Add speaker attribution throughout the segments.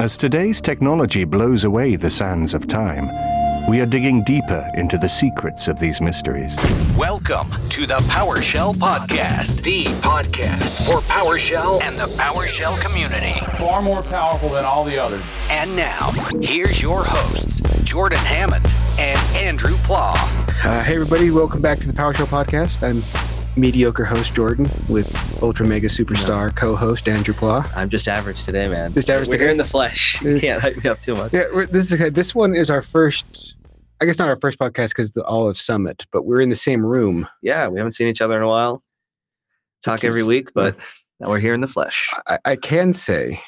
Speaker 1: As today's technology blows away the sands of time, we are digging deeper into the secrets of these mysteries.
Speaker 2: Welcome to the PowerShell Podcast, the podcast for PowerShell and the PowerShell community.
Speaker 3: far more powerful than all the others.
Speaker 2: And now, here's your hosts, Jordan Hammond and Andrew Plaw.
Speaker 4: Uh, hey everybody, welcome back to the PowerShell podcast. I'm mediocre host Jordan with ultra mega superstar co-host Andrew Plaw.
Speaker 5: I'm just average today, man.
Speaker 4: Just average
Speaker 5: We're
Speaker 4: today?
Speaker 5: here in the flesh. You can't hype me up too much.
Speaker 4: Yeah, we're- this is this one is our first. I guess not our first podcast because the Olive Summit, but we're in the same room.
Speaker 5: Yeah, we haven't seen each other in a while. Talk every
Speaker 4: Just-
Speaker 5: week, but now we're here in the flesh.
Speaker 4: I, I can say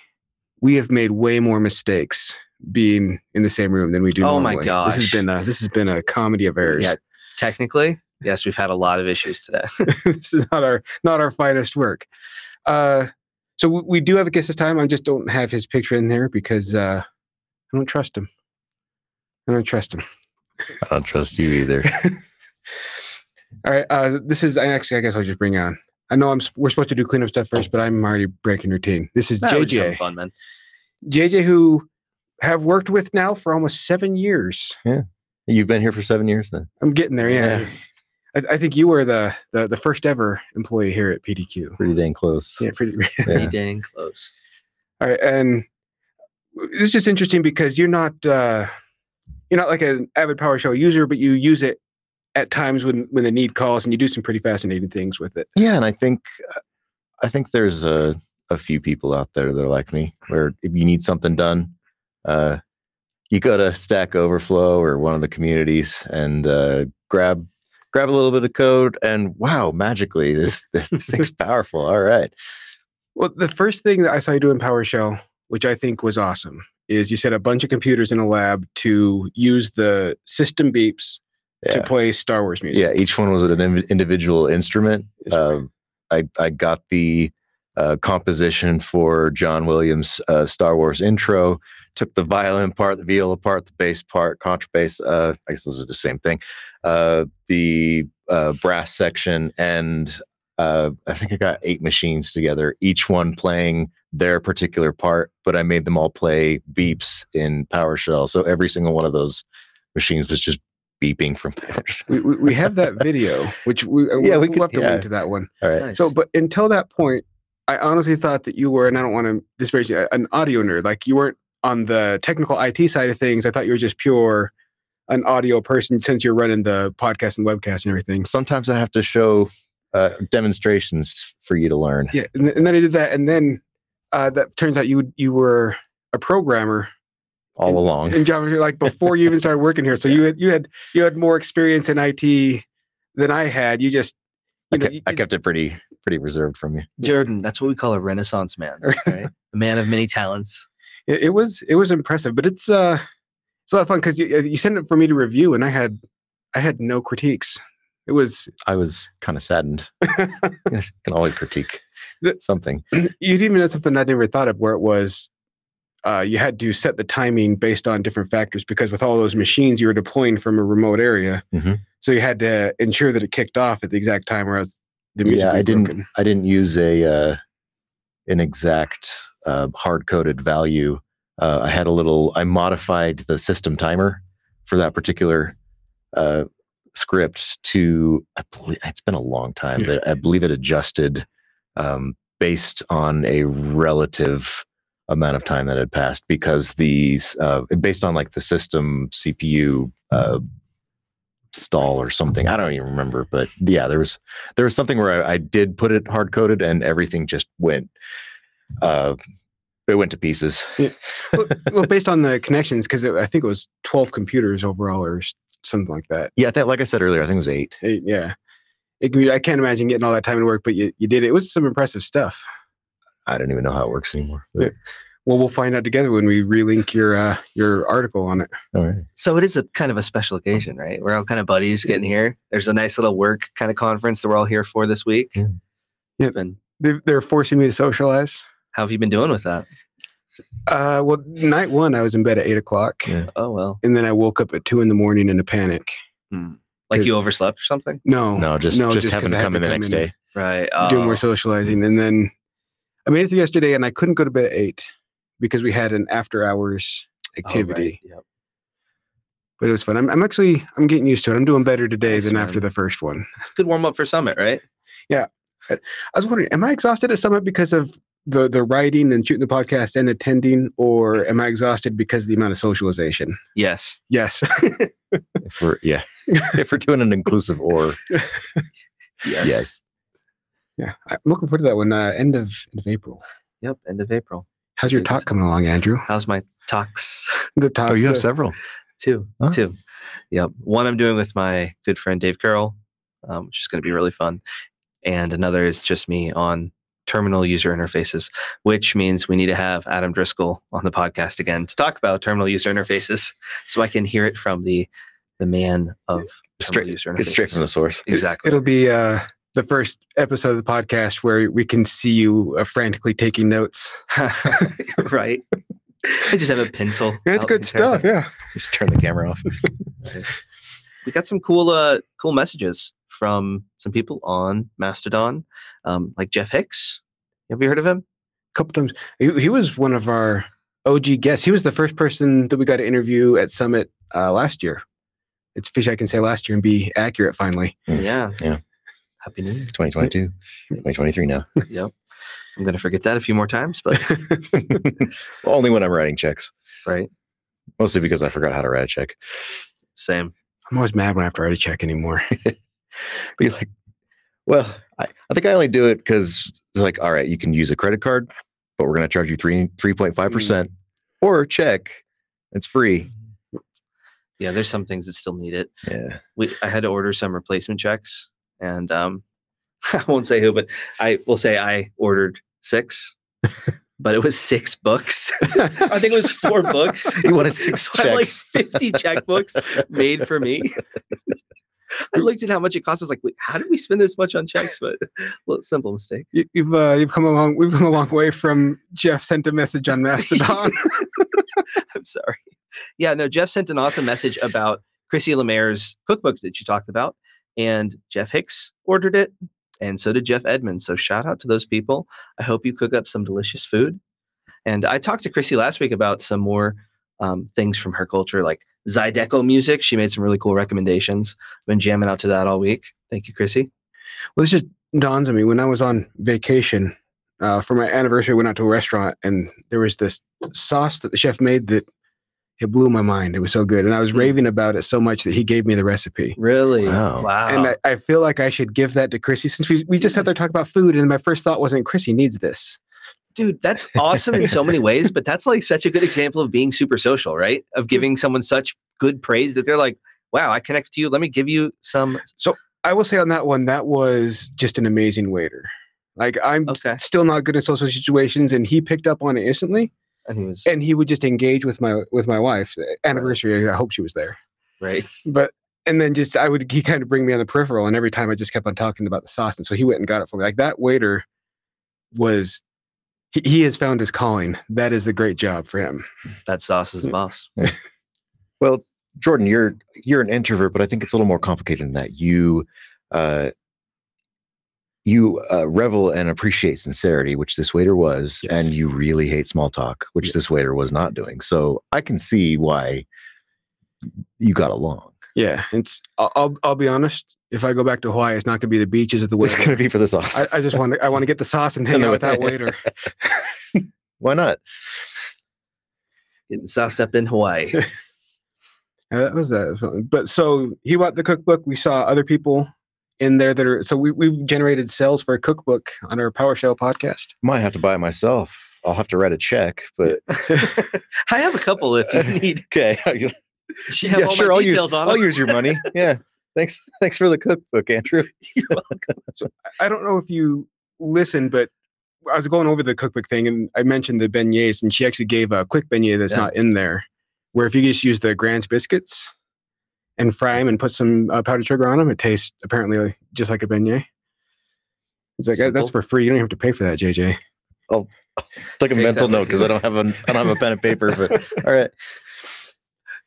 Speaker 4: we have made way more mistakes being in the same room than we do.
Speaker 5: Oh my
Speaker 4: normally. This has
Speaker 5: gosh.
Speaker 4: been a this has been a comedy of errors.
Speaker 5: Yeah, technically, yes, we've had a lot of issues today.
Speaker 4: this is not our not our finest work. Uh, so we, we do have a guest this time. I just don't have his picture in there because uh, I don't trust him. I don't trust him.
Speaker 6: I don't trust you either.
Speaker 4: All right. Uh, this is I actually. I guess I'll just bring on. I know I'm. s- We're supposed to do cleanup stuff first, but I'm already breaking routine. This is
Speaker 5: That was just having
Speaker 4: JJ.
Speaker 5: fun, man.
Speaker 4: JJ, who have worked with now for almost seven years.
Speaker 6: You've been here for seven years then.
Speaker 4: I'm getting there. Yeah. I, I think you were the, the the first ever employee here at PDQ.
Speaker 6: Pretty dang close.
Speaker 4: Yeah, pretty.
Speaker 5: Pretty
Speaker 6: Yeah.
Speaker 5: dang close.
Speaker 4: All right, and it's just interesting because you're not uh, you're not like an avid PowerShell user, but you use it at times when when the need calls, and you do some pretty fascinating things with it.
Speaker 6: Yeah, and I think I think there's a a few people out there that are like me, where if you need something done, uh, you go to Stack Overflow or one of the communities and uh, grab grab a little bit of code, and wow, magically this this thing's powerful. All right,
Speaker 4: Well, the first thing that I saw you do in PowerShell, which I think was awesome, is you set a bunch of computers in a lab to use the system beeps to
Speaker 6: yeah,
Speaker 4: play Star Wars music.
Speaker 6: yeah. Each one was an inv- individual instrument,
Speaker 4: It's-
Speaker 6: Um I, I got the uh, composition for John Williams' uh, Star Wars intro, took the violin part, the viola part, the bass part, contrabass. Uh, I guess those are the same thing. Uh, the uh, brass section, and uh, I think I got eight machines together, each one playing their particular part, but I made them all play beeps in PowerShell. So every single one of those machines was just beeping from PowerShell.
Speaker 4: we, we, we have that video, which we uh,
Speaker 6: Yeah,
Speaker 4: we'll
Speaker 6: we could-
Speaker 4: have to
Speaker 6: yeah.
Speaker 4: link to that one.
Speaker 6: All right.
Speaker 5: Nice.
Speaker 4: So, but until that point, I honestly thought that you were, and I don't want to disparage you, an audio nerd. Like you weren't on the technical IT side of things. I thought you were just pure an audio person since you're running the podcast and webcast and everything.
Speaker 6: sometimes I have to show uh, demonstrations for you to learn.
Speaker 4: Yeah, and, th- and then I did that, and then uh, that turns out you you were a programmer
Speaker 6: All along,
Speaker 4: in Java like before you even started working here. So you had you had you had more experience in IT than I had. You just
Speaker 6: I
Speaker 4: you know,
Speaker 6: kept, I kept it pretty pretty reserved from you.
Speaker 5: Jordan, that's what we call a renaissance man, right? a man of many talents.
Speaker 4: it, it was it was impressive but it's uh it's a lot of fun because you, uh, you sent it for me to review and i had i had no critiques it was
Speaker 6: I was kind of saddened. yes, can always critique
Speaker 4: The-
Speaker 6: something.
Speaker 4: you'd even done something i'd never thought of where it was uh, you had to set the timing based on different factors because with all those machines you were deploying from a remote area
Speaker 6: Mhm.
Speaker 4: so you had to ensure that it kicked off at the exact time or else the music
Speaker 6: Yeah, I
Speaker 4: would be
Speaker 6: didn't.
Speaker 4: broken.
Speaker 6: I didn't use a uh, an exact uh, hard coded value. Uh, I had a little. I modified the system timer for that particular uh, script to. I believe, it's been a long time,
Speaker 4: Yeah.
Speaker 6: but I believe it adjusted um, based on a relative amount of time that had passed because these uh, based on like the system CPU. Uh, stall or something i don't even remember but yeah there was there was something where I, I did put it hard coded and everything just went uh it went to pieces.
Speaker 4: well, well, based on the connections because i think it was 12 computers overall or s- something like that
Speaker 6: Yeah, I think like I said earlier, I think it was eight.
Speaker 4: It- yeah. It, can be- I can't imagine getting all that time to work, but you, you did it. It was some impressive stuff.
Speaker 6: I don't even know how it works anymore. but-
Speaker 4: Yeah. Well, we'll find out together when we relink your uh, your article on it.
Speaker 6: all right.
Speaker 5: So it is a kind of a special occasion, right? We're all kind of buddies getting here. There's a nice little work kind of conference that we're all here for this week.
Speaker 6: Yeah.
Speaker 4: Yeah.
Speaker 5: It's been,
Speaker 4: They're, they're forcing me to socialize.
Speaker 5: how have you been doing with that?
Speaker 4: Uh, well, night one, I was in bed at eight o'clock,
Speaker 6: Yeah.
Speaker 5: Oh well,
Speaker 4: and then I woke up at two in the morning in a panic.
Speaker 5: like
Speaker 4: Good.
Speaker 5: you overslept or something,
Speaker 4: No,
Speaker 6: No, just
Speaker 4: Oh. No,
Speaker 6: just,
Speaker 4: just
Speaker 6: having
Speaker 4: 'cause I
Speaker 6: to
Speaker 4: had
Speaker 6: come
Speaker 4: to
Speaker 6: in the
Speaker 4: come
Speaker 6: next
Speaker 4: in
Speaker 6: day.
Speaker 5: right?
Speaker 4: do more
Speaker 5: oh.
Speaker 4: socializing, and then I made it through yesterday, and I couldn't go to bed at eight because we had an after hours activity.
Speaker 5: Yep.
Speaker 4: But it was fun. I'm, I'm actually I'm getting used to it. I'm doing better today
Speaker 5: Nice,
Speaker 4: than
Speaker 5: man.
Speaker 4: after the first one.
Speaker 5: It's a good warm up for Summit, right?
Speaker 4: I was wondering, am I exhausted at Summit because of the the writing and shooting the podcast and attending, or am I exhausted because of the amount of socialization?
Speaker 5: Yes.
Speaker 4: Yes.
Speaker 6: If we're, yeah. if we're doing an inclusive or,
Speaker 5: Yes.
Speaker 6: yes.
Speaker 4: yeah. I'm looking forward to that one. Uh, end of end of April.
Speaker 5: Yep. End of April.
Speaker 4: How's your
Speaker 5: Good.
Speaker 4: talk coming along, Andrew?
Speaker 5: How's my talks?
Speaker 4: The talk.
Speaker 6: Oh, you have several.
Speaker 5: Two.
Speaker 6: Huh?
Speaker 5: Two. Yep. One I'm doing with my good friend Dave Carroll, um, which is going to be really fun. And another is just me on terminal user interfaces, which means we need to have Adam Driscoll on the podcast again to talk about terminal user interfaces so I can hear it from the the man of terminal
Speaker 6: Straight-
Speaker 5: user
Speaker 6: It's straight from the source.
Speaker 5: Exactly.
Speaker 4: It'll be uh, the first episode of the podcast where we can see you uh, frantically taking notes.
Speaker 5: right. I just have a pencil.
Speaker 4: That's
Speaker 5: out
Speaker 4: good
Speaker 5: the entire
Speaker 4: stuff.
Speaker 5: time.
Speaker 4: Yeah.
Speaker 6: Just turn the camera off.
Speaker 5: We got some cool, uh, cool messages from some people on Mastodon, um, like Jeff Hicks. Have you heard of him?
Speaker 4: couple times. He, he was one of our OG guests. He was the first person that we got to interview at Summit uh, last year. It's fish I can say last year and be accurate finally.
Speaker 6: Mm.
Speaker 5: Yeah.
Speaker 6: Yeah.
Speaker 5: Happy New Year.
Speaker 6: 2022, 2023 now.
Speaker 5: yep. I'm gonna forget that a few more times, but
Speaker 6: Only when I'm writing checks,
Speaker 5: right,
Speaker 6: mostly because I forgot how to write a check.
Speaker 5: same.
Speaker 4: I'm always mad when I have to write a check anymore.
Speaker 6: be like, well, I, I think I only do it because it's like, all right, you can use a credit card, but we're going to charge you three three point five percent or check. It's free.
Speaker 5: Yeah, there's some things that still need it.
Speaker 6: Yeah.
Speaker 5: we I had to order some replacement checks, and um, I won't say who, but I will say I ordered six, but it was six books. I think it was four books.
Speaker 6: You wanted six
Speaker 5: So I had, like
Speaker 6: checks.
Speaker 5: fifty checkbooks made for me. I looked at how much it cost. I was like, Wait, how did we spend this much on checks? But well, simple mistake.
Speaker 4: You, you've uh, you've come along. We've come a long way from Jeff sent a message on Mastodon.
Speaker 5: I'm sorry. Yeah, no, Jeff sent an awesome message about Chrissy Lemaire's cookbook that you talked about, and Jeff Hicks ordered it, and so did Jeff Edmonds. So shout out to those people. I hope you cook up some delicious food. And I talked to Chrissy last week about some more um, things from her culture, like Zydeco music. She made some really cool recommendations. I've been jamming out to that all week. Thank you, Chrissy.
Speaker 4: Well, this just dawns on me when I was on vacation uh, for my anniversary. I went out to a restaurant and there was this sauce that the chef made that it blew my mind. It was so good, and I was
Speaker 5: Hmm.
Speaker 4: raving about it so much that he gave me the recipe.
Speaker 5: Really?
Speaker 6: Wow.
Speaker 5: Wow.
Speaker 4: And uh, I, I feel like I should give that to Chrissy since we, we just had there talk about food, and my first thought wasn't Chrissy needs this.
Speaker 5: dude that's awesome in so many ways but that's like such a good example of being super social right of giving someone such good praise that they're like wow i connect to you let me give you some
Speaker 4: I will say on that one, that was just an amazing waiter. Like I'm
Speaker 5: okay
Speaker 4: still not good in social situations, and he picked up on it instantly,
Speaker 5: and he was
Speaker 4: and he would just engage with my with my wife. eh, Anniversary, I hope she was there.
Speaker 5: right
Speaker 4: but and then just I would he kind of bring me on the peripheral, and every time I just kept on talking about the sauce, and so he went and got it for me. Like that waiter was he, he has found his calling. That is a great job for him.
Speaker 5: that sauce is the boss
Speaker 6: Well, Jordan, you're you're an introvert, but I think it's a little more complicated than that. You uh you uh, revel and appreciate sincerity, which this waiter was,
Speaker 4: Yes.
Speaker 6: and you really hate small talk, which
Speaker 4: Yeah.
Speaker 6: this waiter was not doing. So I can see why you got along.
Speaker 4: Yeah, it's I'll I'll, I'll be honest. If I go back to Hawaii, it's not going to be the beaches of the
Speaker 6: It's going
Speaker 4: waiter.
Speaker 6: to be for this awesome.
Speaker 4: I, I just want to I want to get the sauce and hang
Speaker 6: And the
Speaker 4: out with that
Speaker 6: waiter.
Speaker 4: waiter.
Speaker 6: Why not?
Speaker 5: getting sauced up in hawaii
Speaker 4: Yeah, that was that. was fun. But so he bought the cookbook. We saw other people in there that are so we we've generated sales for a cookbook on our PowerShell podcast.
Speaker 6: Might have to buy it myself. I'll have to write a check, but
Speaker 5: i have a couple if you need
Speaker 6: okay.
Speaker 5: she have
Speaker 6: yeah,
Speaker 5: all
Speaker 6: sure.
Speaker 5: my
Speaker 6: I'll use.
Speaker 5: details on
Speaker 6: I'll
Speaker 5: them.
Speaker 6: use your money. Yeah. Thanks. Thanks for the cookbook, Andrew.
Speaker 4: I don't know if you listen, but I was going over the cookbook thing and I mentioned the beignets, and she actually gave a quick beignet that's
Speaker 5: Yeah.
Speaker 4: not in there, where if you just use the Grand's biscuits and fry them and put some uh, powdered sugar on them, it tastes apparently like- just like a beignet. It's like "Uh, that's
Speaker 5: Simple.
Speaker 4: for free. You don't even have to pay for that, JJ.
Speaker 6: Took a
Speaker 5: Take
Speaker 6: mental
Speaker 5: that
Speaker 6: note
Speaker 5: with
Speaker 6: because
Speaker 5: you.
Speaker 6: I don't have a I don't have a pen and paper. But all right.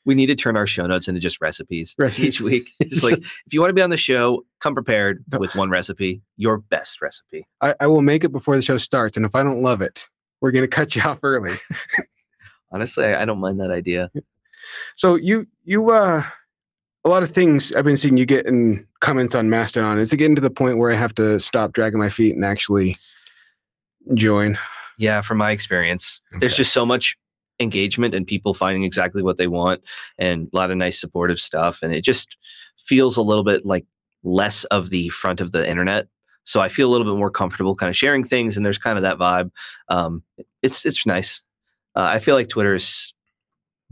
Speaker 5: we need to turn our show notes into just recipes
Speaker 4: Recipes.
Speaker 5: each week it's like if you want to be on the show come prepared with one recipe your best recipe
Speaker 4: I, I will make it before the show starts, and if I don't love it, we're going to cut you off early.
Speaker 5: Honestly, I, I don't mind that idea.
Speaker 4: So you you uh a lot of things I've been seeing you get in comments on Mastodon. It's getting to the point where I have to stop dragging my feet and actually join.
Speaker 5: Yeah, from my experience, there's
Speaker 6: Okay.
Speaker 5: just so much engagement and people finding exactly what they want and a lot of nice supportive stuff. And it just feels a little bit like less of the front of the internet. So I feel a little bit more comfortable kind of sharing things. And there's kind of that vibe. Um, it's, it's nice. Uh, I feel like Twitter is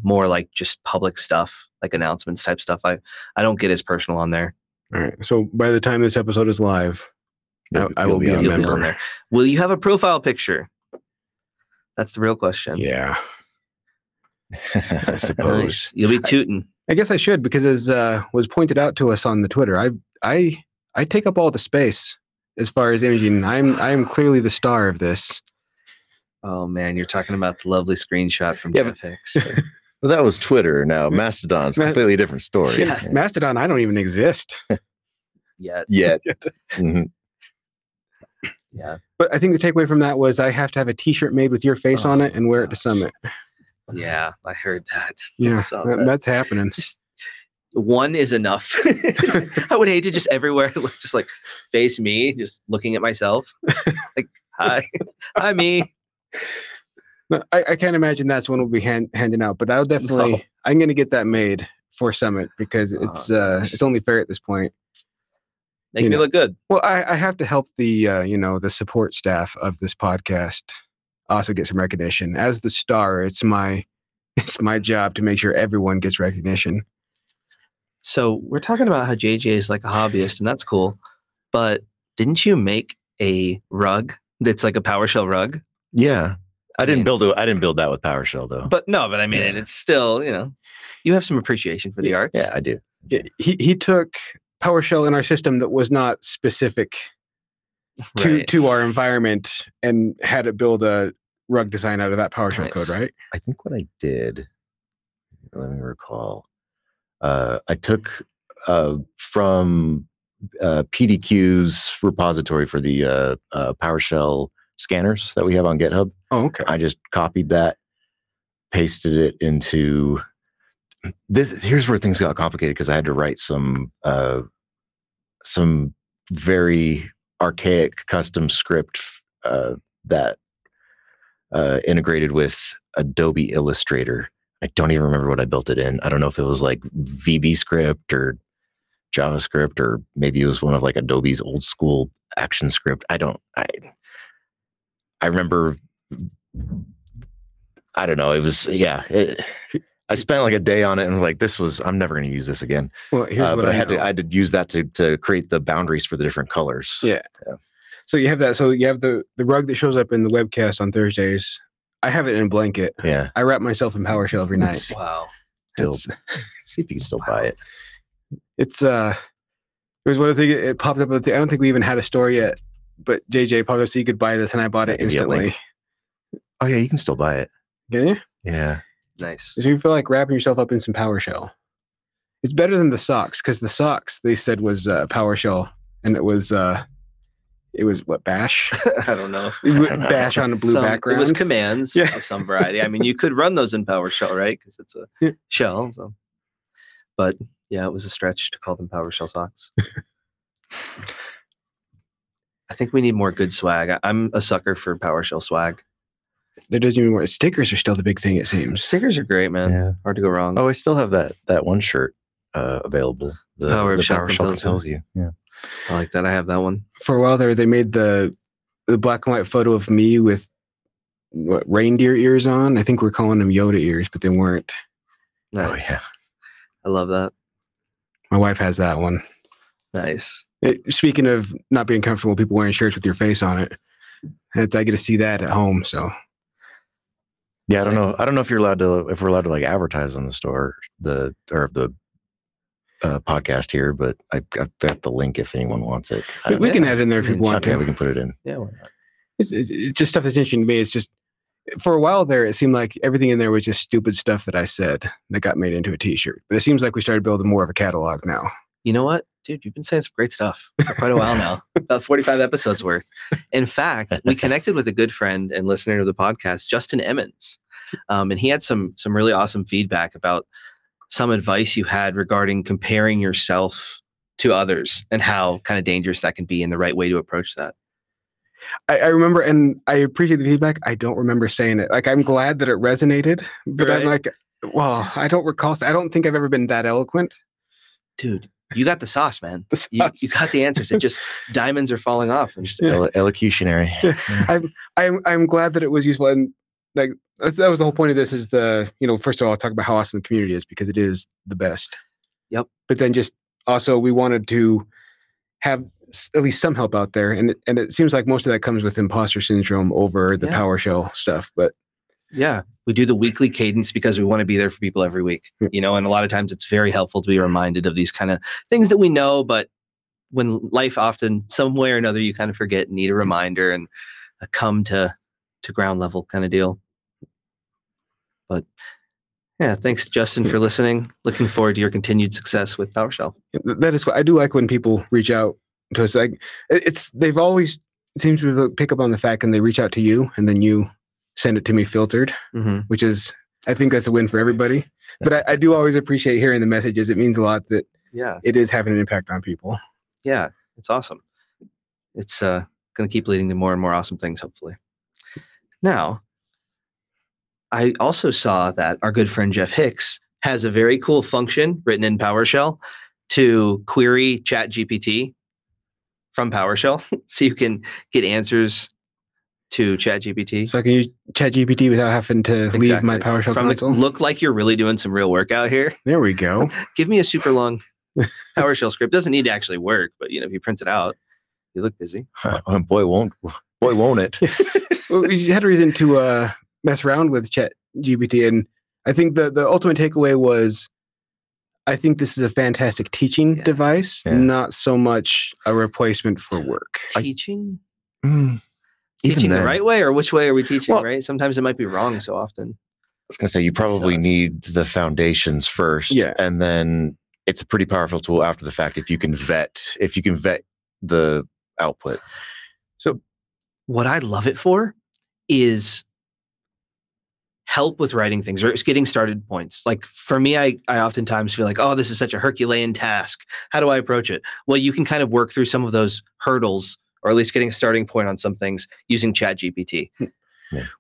Speaker 5: more like just public stuff, like announcements type stuff. I, I don't get as personal on there.
Speaker 4: All right. So by the time this episode is live, I, I will be, a
Speaker 5: You'll be on
Speaker 4: member.
Speaker 5: there. Will you have a profile picture? That's the real question.
Speaker 4: Yeah, I
Speaker 5: Nice.
Speaker 4: suppose.
Speaker 5: You'll be tooting.
Speaker 4: I guess I should because as uh, was pointed out to us on the Twitter, I I I take up all the space as far as imaging. I'm I am clearly the star of this.
Speaker 5: Oh man, you're talking about the lovely screenshot from
Speaker 6: Yeah,
Speaker 5: yeah,
Speaker 6: but- Well, that was Twitter. Now Mastodon's a
Speaker 4: Ma-
Speaker 6: completely different story.
Speaker 5: Mm-hmm. Yeah.
Speaker 4: Mastodon, I don't even exist.
Speaker 5: Yeah,
Speaker 6: Yet, Mhm.
Speaker 5: yeah,
Speaker 4: But I think the takeaway from that was I have to have a T-shirt made with your face on it and wear it to
Speaker 5: gosh.
Speaker 4: Summit.
Speaker 5: yeah. I heard that.
Speaker 4: Yeah,
Speaker 5: Saw
Speaker 4: that-
Speaker 5: that.
Speaker 4: that's happening.
Speaker 5: Just one is enough. I would hate to just everywhere, I look, just like face me, just looking at myself. Like, hi, hi, me.
Speaker 4: No, I, I can't imagine that's one we'll be hand, handing out, but I'll definitely I'm gonna get that made for Summit because
Speaker 5: Oh,
Speaker 4: it's uh it's only fair at this point.
Speaker 5: Make
Speaker 4: You
Speaker 5: me
Speaker 4: know.
Speaker 5: look good.
Speaker 4: Well, I, I have to help the uh, you know the support staff of this podcast also get some recognition. As the star, it's my it's my job to make sure everyone gets recognition.
Speaker 5: So we're talking about how JJ is like a hobbyist, and that's cool. But didn't you make a rug that's like a PowerShell rug?
Speaker 6: yeah. I
Speaker 5: mean-
Speaker 6: didn't build a, I didn't build that with PowerShell though.
Speaker 5: But no, but I mean,
Speaker 6: Yeah.
Speaker 5: it's still you know, you have some appreciation for the arts.
Speaker 6: yeah, I do.
Speaker 4: Yeah, He he took PowerShell in our system that was not specific to
Speaker 5: Right.
Speaker 4: to our environment and had it build a rug design out of that PowerShell
Speaker 5: Nice.
Speaker 4: code, right?
Speaker 6: I think what I did, let me recall, uh, I took uh, from uh, PDQ's repository for the uh, uh, PowerShell scanners that we have on GitHub.
Speaker 4: Oh, okay.
Speaker 6: I just copied that, pasted it into this. Here's where things got complicated because I had to write some uh, some very archaic custom script uh, that uh, integrated with Adobe Illustrator. I don't even remember what I built it in. I don't know if it was like VB script or JavaScript or maybe it was one of like Adobe's old school action script. I don't I I remember I don't know. It was yeah. it- I spent like a day on it and was like, this was I'm never going to use this again.
Speaker 4: Well, here's
Speaker 6: Uh,
Speaker 4: what
Speaker 6: but I, had
Speaker 4: know.
Speaker 6: to I had to use that to to create the boundaries for the different colors.
Speaker 4: Yeah. So you have that. So you have the the rug that shows up in the webcast on Thursdays. I have it in a blanket.
Speaker 6: yeah.
Speaker 4: I wrap myself in PowerShell every night.
Speaker 5: Wow.
Speaker 6: Still,
Speaker 4: It's,
Speaker 6: see if you can still buy it.
Speaker 4: it's uh, it was one of the things. It popped up. at the- I don't think we even had a store yet, but JJ popped up so you could buy this, and I bought it
Speaker 6: Give you a link.
Speaker 4: instantly.
Speaker 6: Oh yeah, you can still buy it.
Speaker 4: Can you?
Speaker 6: Yeah.
Speaker 5: Nice.
Speaker 4: So you feel like wrapping yourself up in some PowerShell. It's better than the socks because the socks they said was uh, PowerShell, and it was uh, it was what Bash,
Speaker 5: I don't know.
Speaker 4: It was Bash on a blue
Speaker 5: Some-
Speaker 4: background.
Speaker 5: It was commands
Speaker 4: Yeah.
Speaker 5: of some variety. I mean, you could run those in PowerShell, right? Because it's a
Speaker 4: Yeah.
Speaker 5: shell. So. But yeah, it was a stretch to call them PowerShell socks. I think we need more good swag. I, I'm a sucker for PowerShell swag.
Speaker 4: there doesn't even work. Stickers are still the big thing, it seems.
Speaker 5: Stickers are great, man.
Speaker 6: Yeah.
Speaker 5: Hard to go wrong.
Speaker 6: Oh, I still have that that one shirt uh, available. The,
Speaker 4: Oh,
Speaker 5: Power of
Speaker 6: the
Speaker 5: Shell compels you.
Speaker 6: compels you. Yeah.
Speaker 5: I like that. I have that one.
Speaker 4: For a while there, they made the the black and white photo of me with what reindeer ears on. I think we're calling them Yoda ears, but they weren't.
Speaker 6: Oh
Speaker 5: Nice.
Speaker 6: yeah.
Speaker 5: I love that.
Speaker 4: My wife has that one.
Speaker 5: Nice.
Speaker 4: It- speaking of not being comfortable, people wearing shirts with your face on it. It's, I get to see that at home. So
Speaker 6: Yeah, I don't know. I don't know if you're allowed to if we're allowed to like advertise on the store the or the uh, podcast here, but I, I've got the link if anyone wants it. I
Speaker 4: we,
Speaker 6: don't
Speaker 4: we
Speaker 6: know.
Speaker 4: can add in there if
Speaker 5: I
Speaker 4: you
Speaker 5: mean,
Speaker 4: want
Speaker 6: Oh, Mm, okay,
Speaker 4: to.
Speaker 6: we can put it in.
Speaker 5: Yeah. Why not?
Speaker 4: It's, it- it's just stuff that's interesting to me. It's just for a while there, it seemed like everything in there was just stupid stuff that I said that got made into a T-shirt. But it seems like we started building more of a catalog now.
Speaker 5: You know what? dude, you've been saying some great stuff for quite a while now, about 45 episodes worth. In fact, we connected with a good friend and listener of the podcast, Justin Emmons. Um, and he had some some really awesome feedback about some advice you had regarding comparing yourself to others and how kind of dangerous that can be and the right way to approach that.
Speaker 4: I, I remember, and I appreciate the feedback. I don't remember saying it. Like, I'm glad that it resonated, but I'm
Speaker 5: Right.
Speaker 4: like, well, I don't recall. I don't think I've ever been that eloquent.
Speaker 5: Dude, you got the sauce, man.
Speaker 4: The
Speaker 5: You,
Speaker 4: sauce.
Speaker 5: you got the answers. It just diamonds are falling off. And just,
Speaker 6: Elo- elocutionary.
Speaker 4: I'm I'm glad that it was useful, and like that's, that was the whole point of this. Is the you know first of all, I'll talk about how awesome the community is because it is the best.
Speaker 5: Yep.
Speaker 4: But then just also we wanted to have s- at least some help out there, and it- and it seems like most of that comes with imposter syndrome over the
Speaker 5: Yeah.
Speaker 4: PowerShell stuff. But
Speaker 5: Yeah, we do the weekly cadence because we want to be there for people every week,
Speaker 4: Yeah.
Speaker 5: you know, and a lot of times it's very helpful to be reminded of these kind of things that we know, but when life often some way or another you kind of forget and need a reminder and a come to to ground level kind of deal. But yeah, thanks Justin for listening. Looking forward to your continued success with PowerShell.
Speaker 4: th- that is what I do like when people reach out to us. Like it- it's they've always it seems to pick up on the fact, and they reach out to you, and then you send it to me filtered.
Speaker 5: Mm-hmm.
Speaker 4: which is I think that's a win for everybody. But I, I do always appreciate hearing the messages. It means a lot that
Speaker 5: Yeah,
Speaker 4: it is having an impact on people.
Speaker 5: yeah, it's awesome. It's uh, going to keep leading to more and more awesome things, hopefully. Now, I also saw that our good friend Jeff Hicks has a very cool function written in PowerShell to query ChatGPT from PowerShell, so you can get answers to ChatGPT.
Speaker 4: So I can use ChatGPT without having to leave my
Speaker 5: Exactly.
Speaker 4: PowerShell
Speaker 5: From the-
Speaker 4: console.
Speaker 5: look like you're really doing some real work out here.
Speaker 4: there we go.
Speaker 5: Give me a super long PowerShell script. Doesn't need to actually work, but you know, if you print it out, you look busy.
Speaker 6: Oh, boy, won't boy won't it?
Speaker 4: well, we had a reason to uh, mess around with ChatGPT, and I think the the ultimate takeaway was. I think this is a fantastic teaching
Speaker 5: Yeah.
Speaker 4: device,
Speaker 6: Yeah.
Speaker 4: not so much a replacement for work.
Speaker 5: teaching
Speaker 4: Hmm.
Speaker 6: Mm, even
Speaker 5: teaching the
Speaker 6: then.
Speaker 5: right way or which way are we teaching
Speaker 4: Well-
Speaker 5: right sometimes it might be wrong so often
Speaker 6: I was gonna say you probably
Speaker 5: Sucks.
Speaker 6: need the foundations first,
Speaker 4: Yeah.
Speaker 6: and then it's a pretty powerful tool after the fact if you can vet if you can vet the output.
Speaker 5: what i love it for is help with writing things or it's getting started points like for me I, I oftentimes feel like oh this is such a herculean task how do i approach it well you can kind of work through some of those hurdles or at least getting a starting point on some things using chat gpt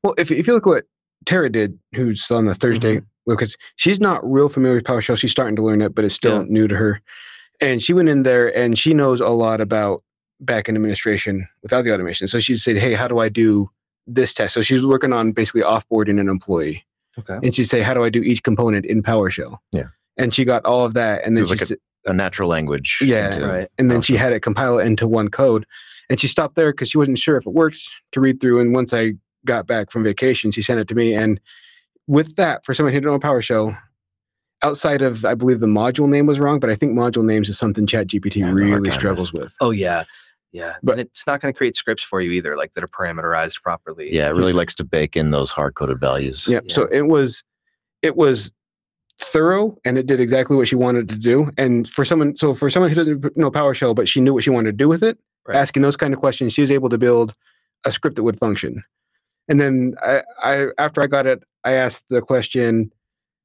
Speaker 4: Well, if, if you look what Tara did, who's on the Thursday,
Speaker 6: Mm-hmm.
Speaker 4: Lucas, she's not real familiar with PowerShell. She's starting to learn it, but it's still
Speaker 5: Yeah.
Speaker 4: new to her. And she went in there and she knows a lot about back end administration without the automation. So she said, Hey, how do I do this test? So she's working on basically offboarding an employee.
Speaker 5: okay
Speaker 4: And she'd say, How do I do each component in PowerShell?
Speaker 6: Yeah.
Speaker 4: And she got all of that. And then
Speaker 6: So it's
Speaker 4: she
Speaker 6: like
Speaker 4: said-
Speaker 6: A natural language.
Speaker 4: Yeah,
Speaker 6: into-
Speaker 5: right
Speaker 4: and then she had it compile it into one code. And she stopped there because she wasn't sure if it worked to read through. And once I got back from vacation, she sent it to me. And with that, for someone who didn't know PowerShell, outside of I believe the module name was wrong, but I think module names is something ChatGPT
Speaker 6: Yeah, the
Speaker 4: really
Speaker 6: archivist.
Speaker 4: struggles with.
Speaker 5: oh yeah yeah but
Speaker 4: But-
Speaker 5: it's not going to create scripts for you either like that are parameterized properly
Speaker 6: Yeah, it really likes to bake in those hard coded values.
Speaker 4: Yeah. So it was, it was thorough, and it did exactly what she wanted to do. And for someone, so for someone who doesn't know PowerShell, but she knew what she wanted to do with it,
Speaker 5: Right.
Speaker 4: asking those kind of questions, she was able to build a script that would function. And then I, I, after I got it, I asked the question,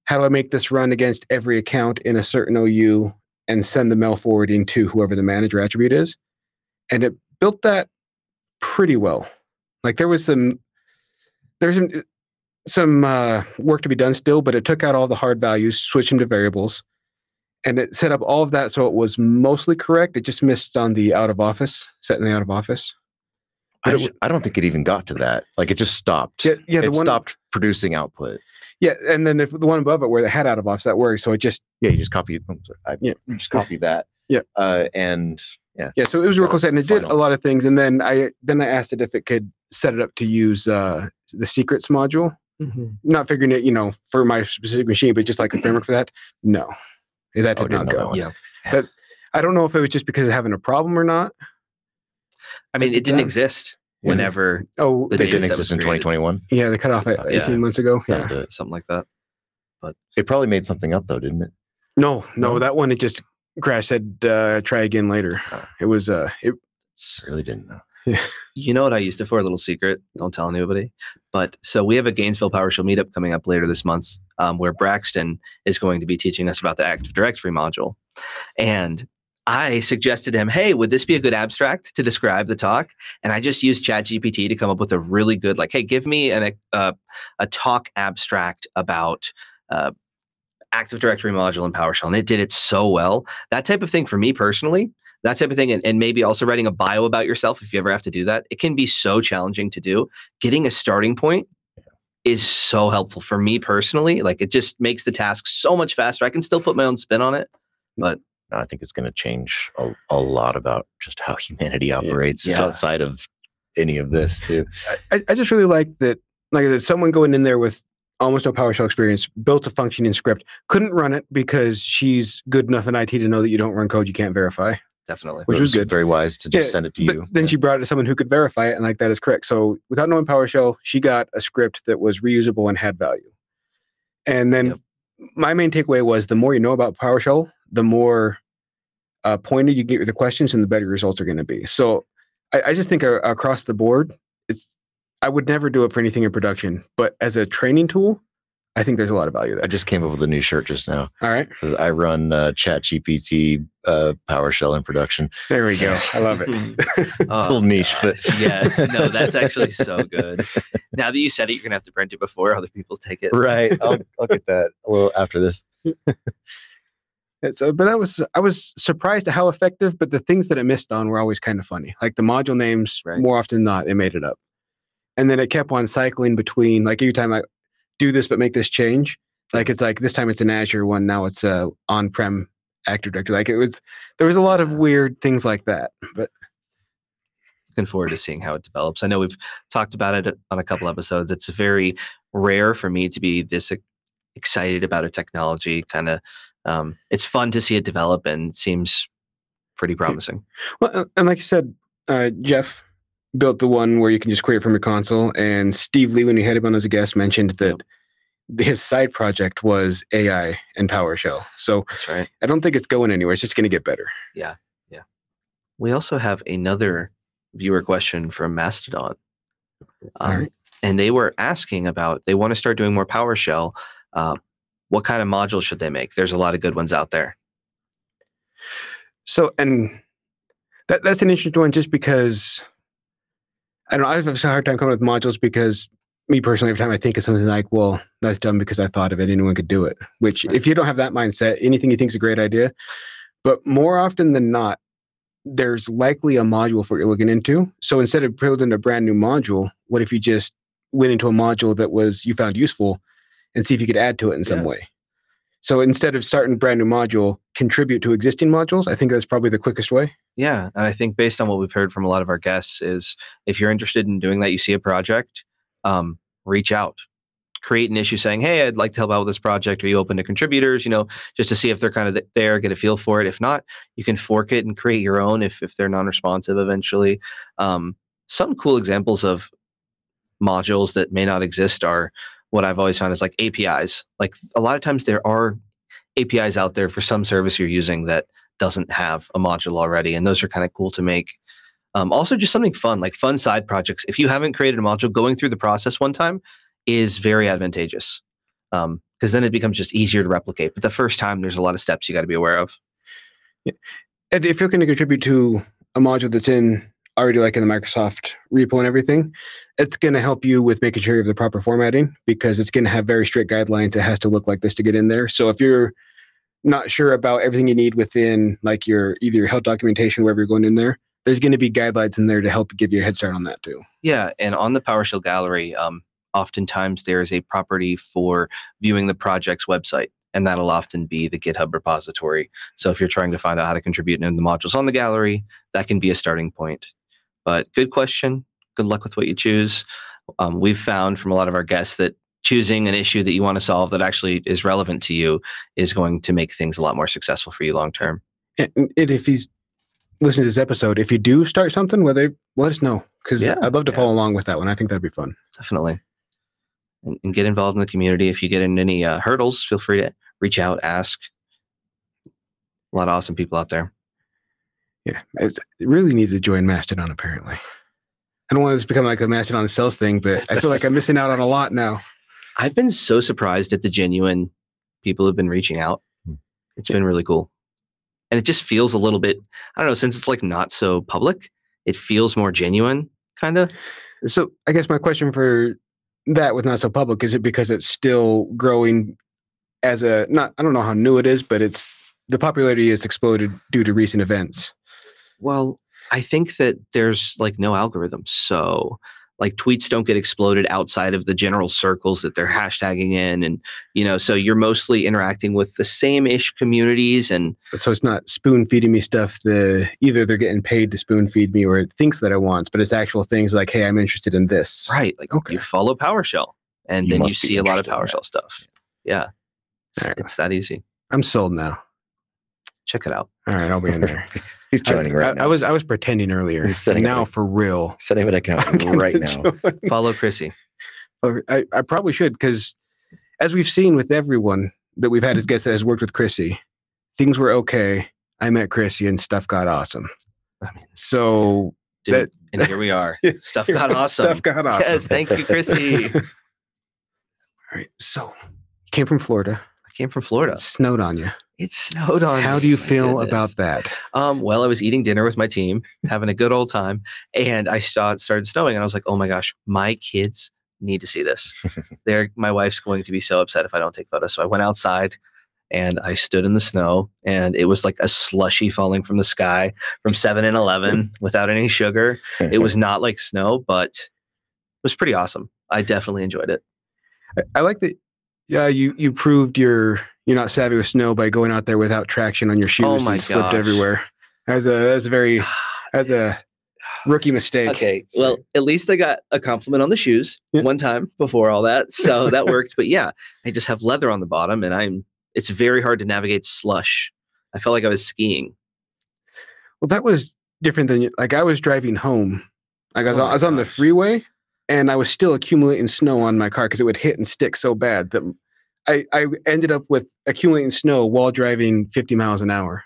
Speaker 4: "How do I make this run against every account in a certain OU and send the mail forwarding to whoever the manager attribute is?" And it built that pretty well. Like there was some, there's some some uh, work to be done still, but it took out all the hard values, switched them to variables, and it set up all of that so it was mostly correct. It just missed on the out of office, setting the out of office.
Speaker 6: I
Speaker 4: But it
Speaker 6: don't, I don't think it even got to that. Like it just stopped.
Speaker 4: Yeah, yeah, the
Speaker 6: it
Speaker 4: one-
Speaker 6: stopped producing output.
Speaker 4: Yeah, and then if the one above it where they had out of office, that worked. So it just
Speaker 6: Yeah, you just copy. I'm sorry, I
Speaker 4: Yeah.
Speaker 6: you just copy that.
Speaker 4: Yeah.
Speaker 6: uh, and yeah,
Speaker 4: yeah, so it was a real cool set, and it did a
Speaker 6: Final.
Speaker 4: lot of things. And then I then I asked it if it could set it up to use uh, the secrets module. Not figuring it, you know, for my specific machine, but just like the framework for that. No, that
Speaker 6: Oh,
Speaker 4: did not
Speaker 6: didn't know that
Speaker 4: go.
Speaker 6: one.
Speaker 5: Yeah.
Speaker 4: That- I don't know if it was just because of having a problem or not.
Speaker 5: i mean it didn't
Speaker 4: Yeah.
Speaker 5: exist
Speaker 4: Yeah.
Speaker 5: whenever
Speaker 4: Oh,
Speaker 5: The
Speaker 6: It
Speaker 4: they
Speaker 5: data
Speaker 6: didn't
Speaker 5: set was
Speaker 6: exist in
Speaker 5: created.
Speaker 6: 2021.
Speaker 4: Yeah, they cut off at
Speaker 5: Yeah.
Speaker 4: 18 months ago.
Speaker 6: That'll
Speaker 4: Yeah.
Speaker 6: do it.
Speaker 5: something like that
Speaker 6: It probably made something up though, didn't it?
Speaker 4: No, no, that one it just Crash said, uh, "Try again later." It was uh, it,
Speaker 6: Really didn't know.
Speaker 5: You know what I used it for? A little secret. Don't tell anybody. But so we have a Gainesville PowerShell meetup coming up later this month, um, where Braxton is going to be teaching us about the Active Directory module. And I suggested him, "Hey, would this be a good abstract to describe the talk?" And I just used ChatGPT to come up with a really good, like, "Hey, give me an uh, a talk abstract about." Uh, Active Directory module in PowerShell, and it did it so well. That type of thing for me personally that type of thing, and, and maybe also writing a bio about yourself if you ever have to do that. It can be so challenging to do. Getting a starting point is so helpful for me personally. Like it just makes the task so much faster. I can still put my own spin on it.
Speaker 6: No, I think it's going to change a, a lot about just how humanity operates
Speaker 5: Yeah.
Speaker 6: outside of any of this too.
Speaker 4: I, I just really like that. Like I said, someone going in there with almost no PowerShell experience built a function in script, couldn't run it because she's good enough in IT to know that you don't run code you can't verify,
Speaker 5: Definitely.
Speaker 4: which
Speaker 6: It
Speaker 4: was good.
Speaker 6: Very wise to just
Speaker 4: Yeah,
Speaker 6: send it to
Speaker 4: But
Speaker 6: you.
Speaker 4: then she brought it to someone who could verify it, and like that is correct. So without knowing PowerShell, she got a script that was reusable and had value. And then
Speaker 5: Yep.
Speaker 4: my main takeaway was the more you know about PowerShell, the more uh, pointed you get with the questions, and the better your results are going to be. So I, I just think uh, across the board, it's I would never do it for anything in production, but as a training tool, I think there's a lot of value
Speaker 6: I
Speaker 4: there.
Speaker 6: just came up with a new shirt just now.
Speaker 4: All right,
Speaker 6: It says, I run uh, ChatGPT uh, PowerShell in production.
Speaker 4: there we go. I love it.
Speaker 6: It's a little niche, but
Speaker 5: Uh, yes. No, that's actually so good. Now that you said it, you're gonna have to print it before other people take it.
Speaker 6: right. I'll, I'll get that a little after this.
Speaker 4: And so, but that was I was surprised at how effective. But the things that it missed on were always kind of funny. Like the module names,
Speaker 5: Right.
Speaker 4: more often than not, it made it up, and then it kept on cycling between. Like every time I do this, but make this change. Like it's like this time it's an Azure one, now it's a on-prem Active Directory. Like it was, there was a lot of weird things like that. But
Speaker 5: looking forward to seeing how it develops. I know we've talked about it on a couple episodes. It's very rare for me to be this ex- excited about a technology. Kind of, um, it's fun to see it develop and seems pretty promising.
Speaker 4: well, uh, and like you said, uh, Jeff built the one where you can just query it from your console, and Steve Lee, when we had him on as a guest, mentioned that. His side project was AI and PowerShell. So
Speaker 5: That's right.
Speaker 4: I don't think it's going anywhere. It's just going to get better.
Speaker 5: We also have another viewer question from Mastodon. Um,
Speaker 4: Alright.
Speaker 5: And they were asking about they want to start doing more PowerShell. Uh, what kind of modules should they make? There's a lot of good ones out there.
Speaker 4: So, and that that's an interesting one, just because I don't know. I've had a hard time coming up with modules because me personally, every time I think of something like, well, that's dumb because I thought of it. Anyone could do it. Which, if you don't have that mindset, anything you think is a great idea. But more often than not, there's likely a module for what you're looking into. So instead of building a brand new module, what if you just went into a module that was you found useful and see if you could add to it in some
Speaker 5: Yeah.
Speaker 4: way? So instead of starting a brand new module, contribute to existing modules. I think that's probably the quickest way.
Speaker 5: Yeah, and I think based on what we've heard from a lot of our guests is if you're interested in doing that, you see a project, um, reach out, create an issue saying, "Hey, I'd like to help out with this project. Are you open to contributors?" You know, just to see if they're kind of th- there, get a feel for it. If not, you can fork it and create your own if if they're non-responsive eventually. Um, some cool examples of modules that may not exist are what I've always found is like APIs. Like a lot of times there are APIs out there for some service you're using that doesn't have a module already, and those are kind of cool to make. Um, also, just something fun, like fun side projects. If you haven't created a module, going through the process one time is very advantageous because then it becomes just easier to replicate. But the first time, there's a lot of steps you got to be aware of.
Speaker 4: And if you're going to contribute to a module that's in already like in the Microsoft repo and everything, it's going to help you with making sure you have the proper formatting because it's going to have very strict guidelines. It has to look like this to get in there. So if you're not sure about everything you need within like your either your health documentation, wherever you're going in there, there's going to be guidelines in there to help give you a head start on that too.
Speaker 5: Yeah, and on the PowerShell gallery, um, oftentimes there is a property for viewing the project's website, and that'll often be the GitHub repository. So if you're trying to find out how to contribute in the modules on the gallery, that can be a starting point. But good question. Good luck with what you choose. Um, we've found from a lot of our guests that choosing an issue that you want to solve that actually is relevant to you is going to make things a lot more successful for you long term.
Speaker 4: And and if he's listening to this episode, if you do start something, whether let us know because
Speaker 5: Yeah,
Speaker 4: I'd love to
Speaker 5: yeah.
Speaker 4: follow along with that one. I think that'd be fun.
Speaker 5: definitely. And, and get involved in the community. If you get in any uh, hurdles, feel free to reach out, ask. A lot of awesome people out there.
Speaker 4: Yeah, I really need to join Mastodon. Apparently, I don't want this to become like a Mastodon sales thing, but I feel like I'm missing out on a lot now.
Speaker 5: I've been so surprised at the genuine people who've been reaching out. It's been really cool. And it just feels a little bit, I don't know, since it's like not so public, it feels more genuine, kind of.
Speaker 4: So I guess my question for that was not so public. Is it because it's still growing as a not? I don't know how new it is, but it's the popularity has exploded due to recent events.
Speaker 5: Well, I think that there's like no algorithm. So like tweets don't get exploded outside of the general circles that they're hashtagging in. And, you know, so you're mostly interacting with the same ish communities and
Speaker 4: So it's not spoon feeding me stuff. The either they're getting paid to spoon feed me or it thinks that I want, but it's actual things like, hey, I'm interested in this.
Speaker 5: right. Like
Speaker 4: Okay.
Speaker 5: you follow PowerShell and
Speaker 6: You
Speaker 5: then you
Speaker 6: must be
Speaker 5: see a lot of
Speaker 6: interested in that.
Speaker 5: PowerShell stuff. Yeah. It's,
Speaker 4: Alright.
Speaker 5: it's that easy.
Speaker 4: I'm sold now.
Speaker 5: Check it out.
Speaker 4: All right, I'll be in there.
Speaker 6: He's joining
Speaker 4: I,
Speaker 6: right
Speaker 4: I-
Speaker 6: now.
Speaker 4: I was I was pretending earlier.
Speaker 6: He's setting up
Speaker 4: now
Speaker 6: like-
Speaker 4: for real.
Speaker 6: setting up an account
Speaker 4: I'm
Speaker 6: right
Speaker 4: gonna
Speaker 6: now.
Speaker 4: join.
Speaker 5: Follow Chrissy.
Speaker 4: Oh, I, I probably should because, as we've seen with everyone that we've had as guests that has worked with Chrissy, things were okay. I met Chrissy and stuff got awesome.
Speaker 5: I mean,
Speaker 4: So
Speaker 5: dude,
Speaker 4: That-
Speaker 5: and here we are. Stuff got awesome.
Speaker 4: stuff got awesome.
Speaker 5: Yes, thank you, Chrissy. I
Speaker 4: All right. So came from Florida.
Speaker 5: came from Florida.
Speaker 4: It snowed on you.
Speaker 5: It snowed on.
Speaker 4: How
Speaker 5: me,
Speaker 4: do you
Speaker 5: Oh my
Speaker 4: feel
Speaker 5: goodness.
Speaker 4: about that?
Speaker 5: Um, well, I was eating dinner with my team, having a good old time, and I saw it started snowing, and I was like, "Oh my gosh, my kids need to see this." They're my wife's going to be so upset if I don't take photos. So I went outside, and I stood in the snow, and it was like a slushy falling from the sky from Seven and Eleven without any sugar. It was not like snow, but it was pretty awesome. I definitely enjoyed it.
Speaker 4: I, I like that. Yeah, you you proved you're you're not savvy with snow by going out there without traction on your shoes
Speaker 5: Oh my
Speaker 4: and slipped
Speaker 5: gosh.
Speaker 4: everywhere. That was a that was a very that was a rookie mistake.
Speaker 5: Okay. Well, at least I got a compliment on the shoes
Speaker 4: Yeah.
Speaker 5: one time before all that. So that worked. But yeah, I just have leather on the bottom and I'm it's very hard to navigate slush. I felt like I was skiing.
Speaker 4: Well, that was different than like I was driving home. Like I was,
Speaker 5: Oh
Speaker 4: on- I
Speaker 5: my
Speaker 4: was on the
Speaker 5: gosh.
Speaker 4: freeway, and I was still accumulating snow on my car because it would hit and stick so bad that I, I ended up with accumulating snow while driving 50 miles an hour,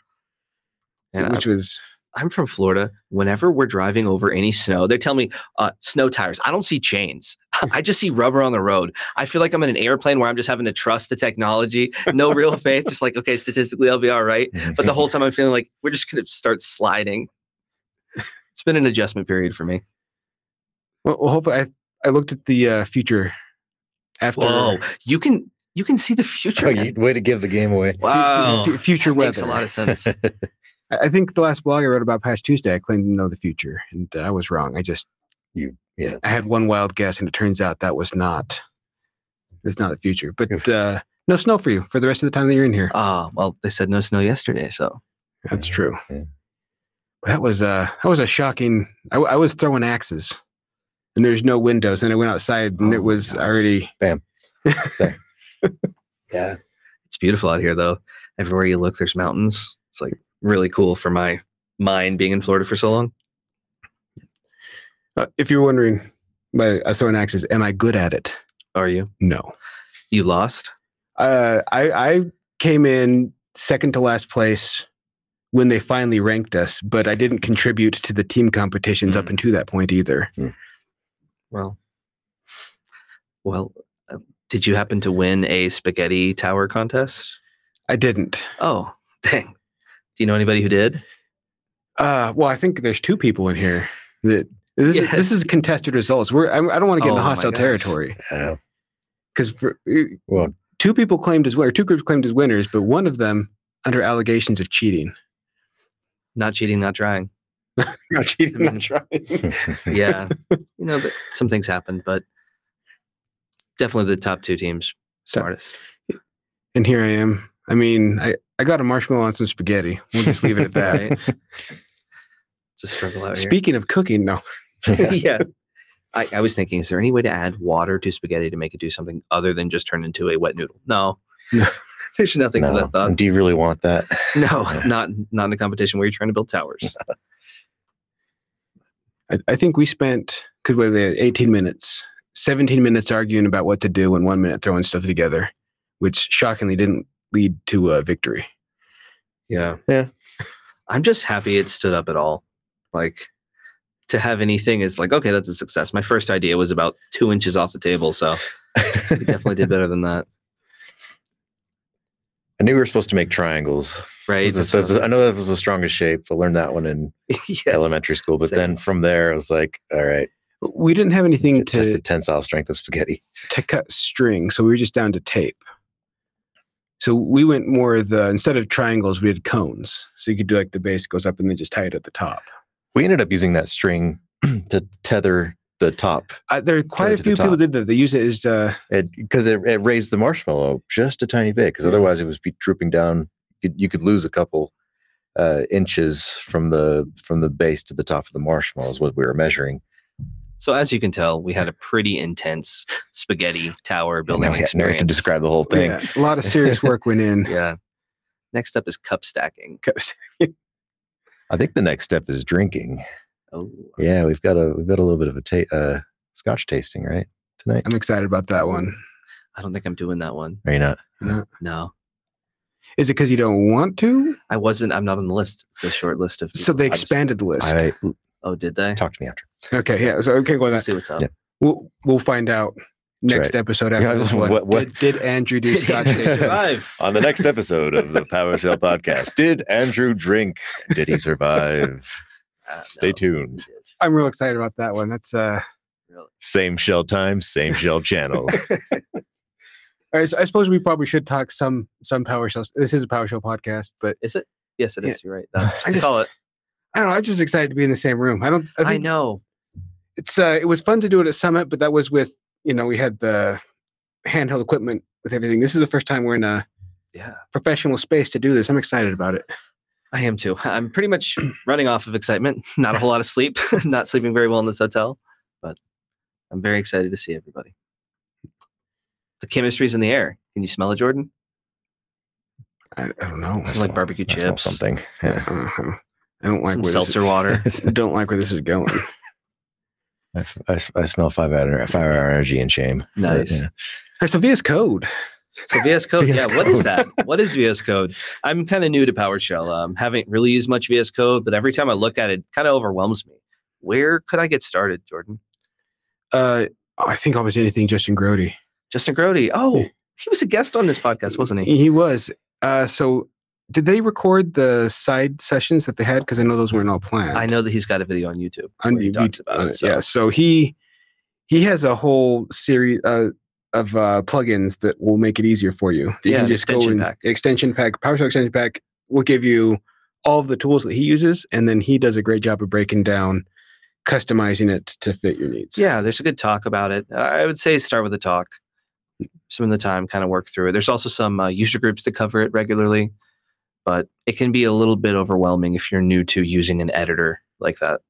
Speaker 4: so-
Speaker 5: And I-
Speaker 4: which was
Speaker 5: I'm from Florida. Whenever we're driving over any snow, they tell me uh, snow tires. I don't see chains. I just see rubber on the road. I feel like I'm in an airplane where I'm just having to trust the technology. No real faith. Just like, okay, statistically, I'll be all right. But the whole time I'm feeling like we're just going to start sliding. It's been an adjustment period for me.
Speaker 4: well. well, Hopefully, I I looked at the uh, future after
Speaker 5: Whoa, you can you can see the future.
Speaker 6: Oh,
Speaker 5: man.
Speaker 6: you- way to give the game away.
Speaker 4: fu- fu-
Speaker 5: wow,
Speaker 4: fu- future weather.
Speaker 5: makes a lot of sense.
Speaker 4: I I think the last blog I wrote about past Tuesday, I claimed to know the future, and uh, I was wrong. I just
Speaker 6: You- yeah.
Speaker 4: I had one wild guess, and it turns out that was not. It's not the future, but
Speaker 6: Oof.
Speaker 4: uh, no snow for you for the rest of the time that you're in here.
Speaker 5: Ah, well, they said no snow yesterday, so
Speaker 4: That's true.
Speaker 6: Yeah.
Speaker 4: That was uh, that was a shocking. I, w- I was throwing axes, and there's no windows, and I went outside, and
Speaker 5: Oh
Speaker 4: it
Speaker 5: my
Speaker 4: was
Speaker 5: gosh.
Speaker 4: already.
Speaker 6: So,
Speaker 5: yeah, it's beautiful out here though. Everywhere you look, there's mountains. It's like really cool for my mind being in Florida for so long.
Speaker 4: Uh, if you're wondering, by I was throwing axes. Am I good at it?
Speaker 5: Are you?
Speaker 4: No.
Speaker 5: You lost?
Speaker 4: Uh, I I came in second to last place when they finally ranked us, but I didn't contribute to the team competitions up
Speaker 5: Mm.
Speaker 4: until that point either.
Speaker 5: Well, well, uh, did you happen to win a spaghetti tower contest?
Speaker 4: I didn't.
Speaker 5: Oh, dang. Do you know anybody who did?
Speaker 4: Uh, well, I think there's two people in here that this is, this is contested results. We're I, I don't want to get
Speaker 5: Oh
Speaker 4: into
Speaker 5: my
Speaker 4: hostile
Speaker 5: gosh.
Speaker 4: territory
Speaker 6: uh,
Speaker 4: because
Speaker 6: well,
Speaker 4: two people claimed as winners, two groups claimed as winners, but one of them under allegations of cheating.
Speaker 5: Not cheating, not trying.
Speaker 4: Not cheating,
Speaker 5: not
Speaker 4: trying.
Speaker 5: yeah, you know, th- some things happened, but definitely the top two teams
Speaker 4: So-
Speaker 5: smartest.
Speaker 4: and here I am. I mean, I I got a marshmallow on some spaghetti. We'll just leave it at that.
Speaker 5: Right? Oh, it's a struggle out
Speaker 4: Speaking of cooking, no.
Speaker 5: here.
Speaker 6: yeah.
Speaker 5: yeah, I, I was thinking, is there any way to add water to spaghetti to make it do something other than just turn into a wet noodle? No,
Speaker 4: No.
Speaker 5: there's nothing to
Speaker 6: No.
Speaker 5: that thought.
Speaker 6: Do you really want that?
Speaker 5: No,
Speaker 6: Yeah.
Speaker 5: not not in a competition where you're trying to build towers.
Speaker 4: I, I think we spent because we had 18 minutes, 17 minutes arguing about what to do, and one minute throwing stuff together, which shockingly didn't lead to a victory.
Speaker 5: Yeah.
Speaker 6: Yeah.
Speaker 5: I'm just happy it stood up at all. Like to have anything is like, okay, that's a success. My first idea was about two inches off the table. So we
Speaker 6: I
Speaker 5: definitely did better than that.
Speaker 6: knew we were supposed to make triangles.
Speaker 5: Right.
Speaker 6: This is-
Speaker 5: That's
Speaker 6: this is- I know that was the strongest shape. I learned that one in
Speaker 5: what- Yes.
Speaker 6: elementary school, but
Speaker 5: Same.
Speaker 6: then from there, I was like, all right,
Speaker 4: We didn't have anything
Speaker 6: test the
Speaker 4: to,
Speaker 6: tensile strength of spaghetti.
Speaker 4: to cut string, so we were just down to tape. So we went more the instead of triangles, we had cones. So you could do like the base goes up and then just tie it at the top.
Speaker 6: We ended up using that string to tether the top
Speaker 4: Uh, there are quite
Speaker 6: Tie it
Speaker 4: a
Speaker 6: to the
Speaker 4: few people
Speaker 6: top.
Speaker 4: did that. They use it as uh,
Speaker 6: because it, it raised the marshmallow just a tiny bit because otherwise it was be drooping down. You could, you could lose a couple uh, inches from the from the base to the top of the marshmallow is what we were measuring.
Speaker 5: So as you can tell, we had a pretty intense spaghetti tower
Speaker 6: And
Speaker 5: building
Speaker 6: now we had now we have
Speaker 5: experience.
Speaker 6: to describe the whole thing.
Speaker 4: yeah, a lot of serious work went in.
Speaker 5: Yeah. Next up is cup stacking.
Speaker 6: I think the next step is drinking.
Speaker 5: Oh,
Speaker 6: Yeah, we've got a we've got a little bit of a ta- uh, scotch tasting right tonight.
Speaker 4: I'm excited about that one.
Speaker 5: I don't think I'm doing that one.
Speaker 6: Are you not?
Speaker 5: No,
Speaker 4: Is it because you don't want to?
Speaker 5: I wasn't. I'm not on the list. It's a short list of.
Speaker 4: So they
Speaker 5: people.
Speaker 4: expanded the list.
Speaker 6: I
Speaker 5: Oh, did they?
Speaker 6: talk to me after.
Speaker 4: Okay, yeah. So okay, going
Speaker 5: We'll
Speaker 4: back.
Speaker 5: see what's up.
Speaker 6: Yeah.
Speaker 4: We'll we'll find out
Speaker 6: That's
Speaker 4: next
Speaker 6: right.
Speaker 4: episode
Speaker 6: Yeah,
Speaker 4: after this one.
Speaker 6: what- what-
Speaker 4: Did, did Andrew do Scotch? Ah,
Speaker 5: Did they
Speaker 4: Tape?
Speaker 5: survive?
Speaker 6: On the next episode of the PowerShell podcast, did Andrew drink? Did he survive?
Speaker 5: Uh,
Speaker 6: Stay
Speaker 5: no.
Speaker 6: tuned.
Speaker 4: I'm real excited about that one. That's uh.
Speaker 5: Really.
Speaker 6: Same shell time, same shell channel.
Speaker 4: All right, so I suppose we probably should talk some some PowerShell. This is a PowerShell podcast, but
Speaker 5: Is it? Yes, it
Speaker 4: Yeah.
Speaker 5: is. You're right. That's what
Speaker 4: I
Speaker 5: they
Speaker 4: just-
Speaker 5: call it.
Speaker 4: I don't know. I'm just excited to be in the same room. I don't. I,
Speaker 5: I,
Speaker 4: think
Speaker 5: know.
Speaker 4: it's uh, it was fun to do it at Summit, but that was with you know we had the handheld equipment with everything. This is the first time we're in a
Speaker 5: Yeah,
Speaker 4: professional space to do this. I'm excited about it.
Speaker 5: I am too. I'm pretty much running off of excitement. Not a whole lot of sleep. Not sleeping very well in this hotel, but I'm very excited to see everybody. The chemistry's in the air. Can you smell it, Jordan?
Speaker 4: I, I don't know.
Speaker 5: Smells like barbecue
Speaker 6: I smell
Speaker 5: chips.
Speaker 6: something.
Speaker 4: I
Speaker 6: Yeah.
Speaker 4: don't, know. I don't like
Speaker 5: Some
Speaker 4: where
Speaker 5: seltzer
Speaker 4: This
Speaker 5: water.
Speaker 4: is, I don't like where this is going.
Speaker 6: I, f- I s- I smell five hour, five hour energy and shame. But,
Speaker 5: Nice.
Speaker 6: yeah.
Speaker 4: All right, so VS Code.
Speaker 5: So VS Code,
Speaker 6: VS
Speaker 5: yeah. What is
Speaker 6: Code.
Speaker 5: that? What is VS Code? I'm kind of new to PowerShell. Um, haven't really used much VS Code, but every time I look at it, kind of overwhelms me. Where could I get started, Jordan?
Speaker 4: Uh, I think almost anything Justin Grody.
Speaker 5: Justin Grody. Oh, he was a guest on this podcast, wasn't he?
Speaker 4: He was. Uh, so did they record the side sessions that they had? Because I know those weren't all planned.
Speaker 5: I know that he's got a video on YouTube.
Speaker 4: on
Speaker 5: where he
Speaker 4: YouTube
Speaker 5: talks
Speaker 4: on
Speaker 5: about it.
Speaker 4: it,
Speaker 5: So.
Speaker 4: Yeah. So he he has a whole series uh, of uh, plugins that will make it easier for you. You
Speaker 5: Yeah,
Speaker 4: can
Speaker 5: an
Speaker 4: just go
Speaker 5: extension
Speaker 4: in
Speaker 5: pack.
Speaker 4: extension pack, PowerShell extension pack will give you all of the tools that he uses, and then he does a great job of breaking down, customizing it to fit your needs.
Speaker 5: Yeah, there's a good talk about it. I would say start with a talk. Some of the time, kind of work through it. There's also some uh, user groups that cover it regularly, but it can be a little bit overwhelming if you're new to using an editor like that.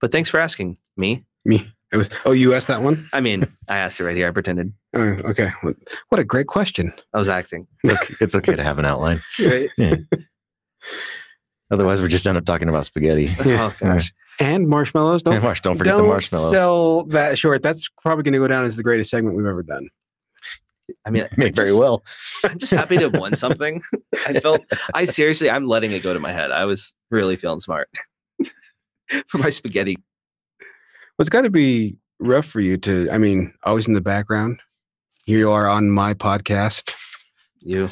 Speaker 5: But thanks for asking me.
Speaker 4: It was. Oh, you asked that one.
Speaker 5: I mean, I asked it right here. I pretended
Speaker 4: Oh, okay. What- What a great question.
Speaker 5: I was acting.
Speaker 6: It's, okay, it's okay to have an outline. Otherwise, we just end up talking about spaghetti.
Speaker 4: Yeah.
Speaker 5: Oh gosh,
Speaker 4: And marshmallows.
Speaker 6: And
Speaker 4: Don't,
Speaker 6: marsh- don't forget
Speaker 4: don't
Speaker 6: the marshmallows.
Speaker 4: sell that short. That's probably going to go down as the greatest segment we've ever done.
Speaker 5: I mean,
Speaker 6: May very well.
Speaker 5: I'm just happy to have won something. I felt, I seriously, I'm letting it go to my head. I was really feeling smart for my spaghetti.
Speaker 4: Well, it's got to be rough for you to, I mean, always in the background. Here you are on my podcast.
Speaker 5: You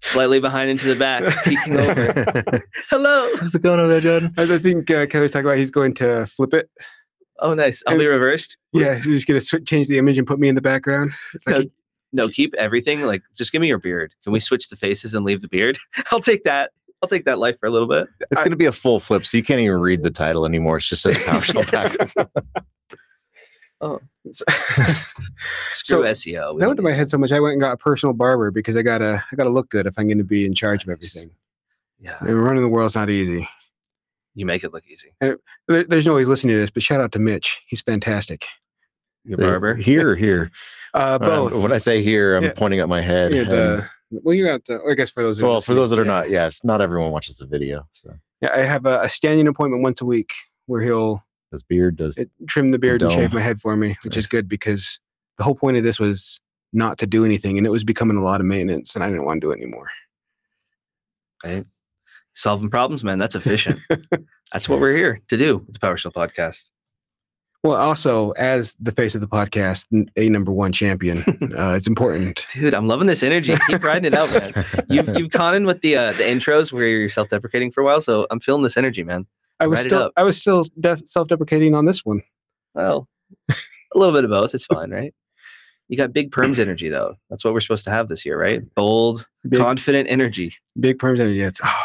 Speaker 5: slightly behind into the back, peeking over. Hello.
Speaker 6: How's it going over there, Jordan?
Speaker 4: I I think uh, Kelly's talking about he's going to flip it.
Speaker 5: Oh, nice. I'll be reversed.
Speaker 4: Yeah, he's just going to sw- change the image and put me in the background. It's like,
Speaker 5: No, keep everything. Like, just give me your beard. Can we switch the faces and leave the beard? I'll take that. I'll take that life for a little bit.
Speaker 6: It's going to be a full flip, so you can't even read the title anymore. It's just says PowerShell backwards.
Speaker 5: Screw
Speaker 4: So,
Speaker 5: SEO. E We
Speaker 4: that
Speaker 5: don't
Speaker 4: went to my
Speaker 5: need
Speaker 4: head so much. I went and got a personal barber because I gotta, I gotta look good if I'm going to be in charge of everything.
Speaker 5: it. Yeah.
Speaker 4: And running the world's not easy.
Speaker 5: You make it look easy.
Speaker 4: There, there's no way he's listening to this, but shout out to Mitch. He's fantastic.
Speaker 5: Your barber.
Speaker 6: Here, here. Um,
Speaker 4: Uh, both.
Speaker 6: When I say here, I'm
Speaker 4: Yeah.
Speaker 6: pointing at my head.
Speaker 4: Yeah,
Speaker 6: and-
Speaker 4: the- well, you got. To, I guess for those. who are
Speaker 6: well, for those that are
Speaker 4: listening, yeah.
Speaker 6: not, yes, not everyone watches the video. So
Speaker 4: Yeah, I have a, a standing appointment once a week where he'll
Speaker 6: this beard does.
Speaker 4: uh, trim the beard and shave
Speaker 6: dome.
Speaker 4: my head for me, which is good because the whole point of this was not to do anything and it was becoming a lot of maintenance and I didn't want to do it anymore.
Speaker 5: Solving problems, man. That's efficient. That's what we're here to do with the PowerShell podcast.
Speaker 4: Well, also as the face of the podcast, n- a number one champion, uh, it's important.
Speaker 5: Dude, I'm loving this energy. Keep riding it out, man. You've you've caught in with the uh, the intros where you're self deprecating for a while, so I'm feeling this energy, man.
Speaker 4: I was
Speaker 5: Write it
Speaker 4: still
Speaker 5: up.
Speaker 4: I was still def- self-deprecating on this one.
Speaker 5: Well, a little bit of both. It's fine, right? You got big perms energy though. That's what we're supposed to have this year, right? Bold,
Speaker 4: Big,
Speaker 5: confident energy.
Speaker 4: big perms energy. It's oh,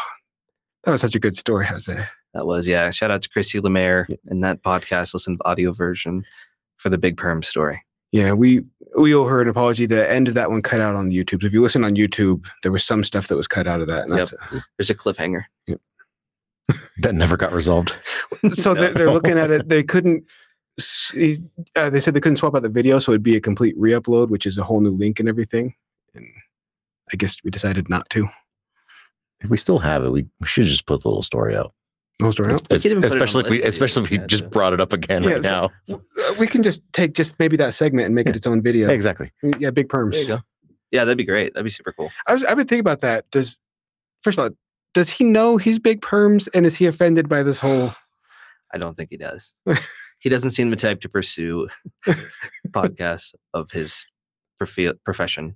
Speaker 4: that was such a good story. Jose.
Speaker 5: That was yeah. Shout out to Christy Lemaire and that podcast. Listen to the audio version for the big perm story.
Speaker 4: Yeah, we we owe her an apology. The end of that one cut out on YouTube. So if you listen on YouTube, there was some stuff that was cut out of that. And
Speaker 5: Yep.
Speaker 4: that's-
Speaker 5: There's a cliffhanger.
Speaker 6: That never got resolved.
Speaker 4: so they're, they're looking at it. They couldn't. s- he- Uh, they said they couldn't swap out the video, so it'd be a complete re-upload, which is a whole new link and everything. And I guess we decided not to.
Speaker 6: We still have it. We, we should just put the little story out.
Speaker 4: Those were out.
Speaker 5: We could even put it on
Speaker 6: especially
Speaker 5: the
Speaker 6: if we,
Speaker 5: list if we
Speaker 6: especially if we
Speaker 5: had
Speaker 6: just
Speaker 5: to.
Speaker 6: brought it up again
Speaker 4: Yeah,
Speaker 6: right
Speaker 4: it's like-
Speaker 6: now.
Speaker 4: Uh, We can just take just maybe that segment and make it its own video. Mm,
Speaker 6: Exactly.
Speaker 4: Yeah, big perms.
Speaker 5: There you go. Yeah, that'd be great. That'd be super cool.
Speaker 4: I was, I've been thinking about that. Does first of all, does he know he's big perms, and is he offended by this whole?
Speaker 5: I don't think he does. he doesn't seem the type to pursue podcasts of his profe- profession.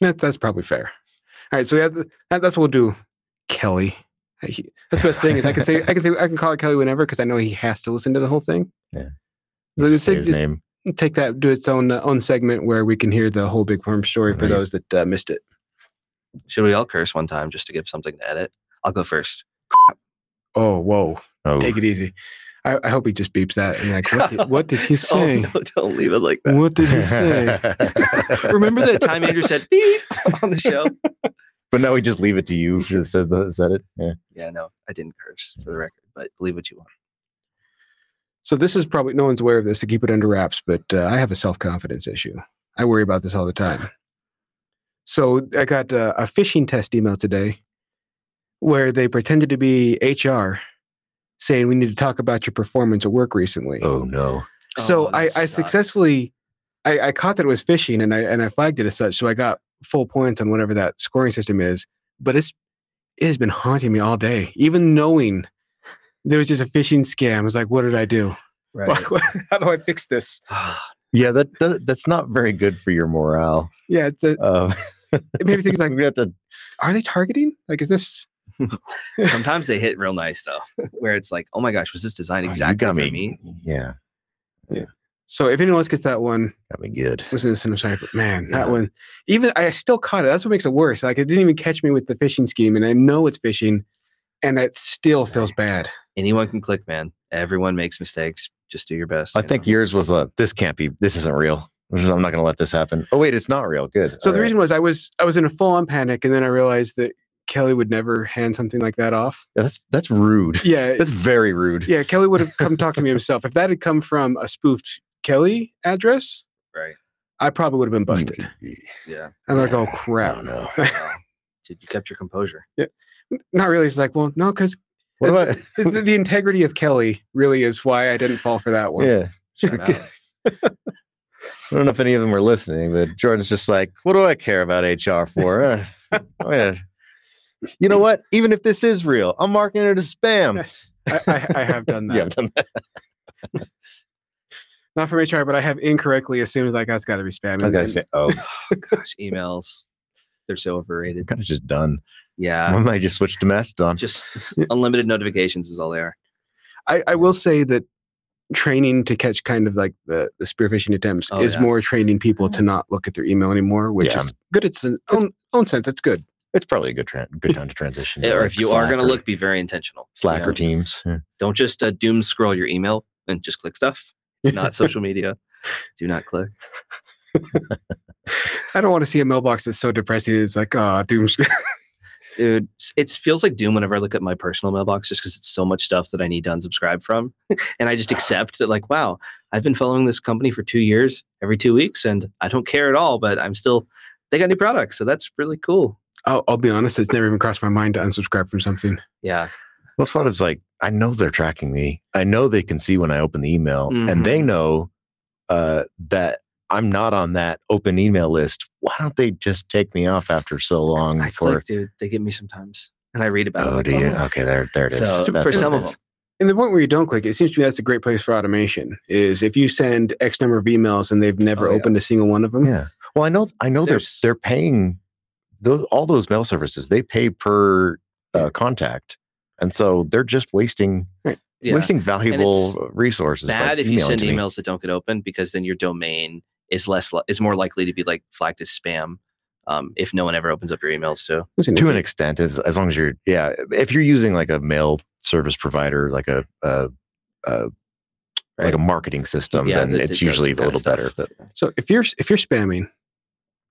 Speaker 4: That's that's probably fair. All right, so yeah, th- that, that's what we'll do, Kelly. I- he- That's the best thing is I can say I can say I can call it Kelly whenever because I know he has to listen to the whole thing.
Speaker 6: Yeah.
Speaker 4: So just,
Speaker 6: Say
Speaker 4: take,
Speaker 6: his
Speaker 4: just
Speaker 6: name.
Speaker 4: take that, do its own uh, own segment where we can hear the whole big perm story for
Speaker 6: Right.
Speaker 4: those that uh, missed it.
Speaker 5: Should we all curse one time just to give something to edit? I'll go first.
Speaker 4: Oh, whoa!
Speaker 6: Oh,
Speaker 4: Take it easy. I, I hope he just beeps that and like, what did, what did he
Speaker 5: Oh,
Speaker 4: say?
Speaker 5: no, don't leave it like that.
Speaker 4: What did he say?
Speaker 5: Remember that time Andrew said beep on the show?
Speaker 6: but now we just leave it to you. It says the, said it. Yeah.
Speaker 5: Yeah, no, I didn't curse for the record, but believe what you want.
Speaker 4: So this is probably no one's aware of this to keep it under wraps, but uh, I have a self confidence issue. I worry about this all the time. So I got uh, a phishing test email today where they pretended to be HR saying we need to talk about your performance at work recently.
Speaker 6: Oh no.
Speaker 4: so
Speaker 5: Oh,
Speaker 4: I,
Speaker 5: that
Speaker 4: I
Speaker 5: sucks.
Speaker 4: successfully I, I caught that it was phishing and I and I flagged it as such. So I got full points on whatever that scoring system is. But it's it has been haunting me all day, even knowing there was just a phishing scam. I was like, what did I do?
Speaker 5: Right.
Speaker 4: how do I fix this?
Speaker 6: Yeah, that, that that's not very good for your morale.
Speaker 4: Yeah, it's a,
Speaker 6: Um,
Speaker 4: it made me think it's like,
Speaker 6: we have to.
Speaker 4: are they targeting? Like, is this?
Speaker 5: Sometimes they hit real nice though, where it's like, oh my gosh, was this designed
Speaker 6: Exactly.
Speaker 5: exactly
Speaker 6: got
Speaker 5: for
Speaker 6: me.
Speaker 5: me?
Speaker 6: Yeah,
Speaker 4: So if anyone else gets that one,
Speaker 6: got me good.
Speaker 4: listen to this, and I'm sorry, but man, that
Speaker 6: Yeah.
Speaker 4: one, even I still caught it. That's what makes it worse. Like, it didn't even catch me with the phishing scheme, and I know it's phishing, and it still feels bad.
Speaker 5: Anyone can click, man. Everyone makes mistakes. Just do your best.
Speaker 6: I
Speaker 5: you
Speaker 6: think
Speaker 5: know?
Speaker 6: yours was a. This can't be. This isn't real. This is, I'm not going to let this happen. Oh wait, it's not real. Good.
Speaker 4: So
Speaker 6: All
Speaker 4: the
Speaker 6: right.
Speaker 4: reason was I was I was in a full on panic, and then I realized that Kelly would never hand something like that off.
Speaker 6: Yeah, that's that's rude.
Speaker 4: Yeah,
Speaker 6: That's very rude.
Speaker 4: yeah. Kelly would have come talk to me himself if that had come from a spoofed Kelly address.
Speaker 5: right.
Speaker 4: I probably would have been busted.
Speaker 5: Yeah.
Speaker 4: I'm like, oh
Speaker 6: Yeah,
Speaker 4: crap.
Speaker 6: don't know.
Speaker 5: Wow. Dude, you kept your composure.
Speaker 4: Not really. It's like, well, no, because
Speaker 6: What about?
Speaker 4: the, the integrity of Kelly really is why I didn't fall for that one.
Speaker 6: Yeah.
Speaker 5: Shout out. Oh
Speaker 6: I don't know if any of them were listening, but Jordan's just like, what do I care about HR for? Uh, oh, yeah. You know what? Even if this is real, I'm marking it as spam.
Speaker 4: I, I, I have done that.
Speaker 6: Yeah, I've done that.
Speaker 4: Not from HR, but I have incorrectly assumed like that's got to be spam.
Speaker 6: I've
Speaker 4: and-
Speaker 6: got
Speaker 4: and-
Speaker 6: spam. Oh,
Speaker 5: Gosh, emails. They're so overrated.
Speaker 6: kind of just done. I
Speaker 5: Yeah.
Speaker 6: might just switch to Mastodon.
Speaker 5: Just unlimited notifications is all they are.
Speaker 4: I, I will say that training to catch kind of like the, the spearfishing attempts
Speaker 5: Oh,
Speaker 4: is
Speaker 5: yeah. Mm.
Speaker 4: more training people to not look at their email anymore, which
Speaker 6: Yeah.
Speaker 4: is good. It's an own, own sense. That's good.
Speaker 6: It's probably a good tran good time to transition. to,
Speaker 5: or
Speaker 6: like,
Speaker 5: if you are
Speaker 6: Slack
Speaker 5: going to
Speaker 6: or-
Speaker 5: look, be very intentional. you
Speaker 6: Slack
Speaker 5: know?
Speaker 6: or Teams. Yeah.
Speaker 5: Don't just uh, doom scroll your email and just click stuff. It's not social media. Do not click.
Speaker 4: I don't want to see a mailbox that's so depressing. It's like, ah, doom.
Speaker 5: Dude, s- it feels like doom whenever I look at my personal mailbox just because it's so much stuff that I need to unsubscribe from. and I just accept that, like, wow, I've been following this company for two years, every two weeks, and I don't care at all, but I'm still, they got new products. So that's really cool.
Speaker 4: I'll, I'll be honest. It's never even crossed my mind to unsubscribe from something.
Speaker 5: Yeah.
Speaker 6: That's what it's like. I know they're tracking me. I know they can see when I open the email,
Speaker 5: Mhm.
Speaker 6: and they know uh, that I'm not on that open email list why don't they just take me off after so long?
Speaker 5: I
Speaker 6: for
Speaker 5: click, dude. They give me sometimes, and I read about it.
Speaker 6: oh,
Speaker 5: like,
Speaker 6: do you?
Speaker 5: oh.
Speaker 6: Okay, there, there it is.
Speaker 5: So,
Speaker 6: That's
Speaker 5: for
Speaker 6: what
Speaker 5: some
Speaker 6: it
Speaker 5: of
Speaker 6: is.
Speaker 5: them,
Speaker 4: And the point where you don't click, it seems to me that's a great place for automation. Is if you send X number of emails and they've never
Speaker 5: Oh, yeah.
Speaker 4: opened a single one of them.
Speaker 6: Yeah. Well, I know, I know they're
Speaker 5: There's-
Speaker 6: they're paying those all those mail services. They pay per uh, contact, and so they're just wasting
Speaker 5: yeah.
Speaker 6: wasting valuable resources. by
Speaker 5: bad if you
Speaker 6: emailing
Speaker 5: send
Speaker 6: to me.
Speaker 5: emails that don't get opened because then your domain is less li- is more likely to be like flagged as spam um, if no one ever opens up your emails too.
Speaker 4: Listen,
Speaker 6: to
Speaker 4: if
Speaker 6: an
Speaker 4: you-
Speaker 6: extent as, as long as you're yeah if you're using like a mail service provider like a, a, a like
Speaker 5: Right.
Speaker 6: a marketing system
Speaker 5: Yeah,
Speaker 6: then
Speaker 5: that- that
Speaker 6: it's
Speaker 5: does
Speaker 6: usually a
Speaker 5: that
Speaker 6: little
Speaker 5: stuff.
Speaker 6: better but
Speaker 4: So if you're if you're spamming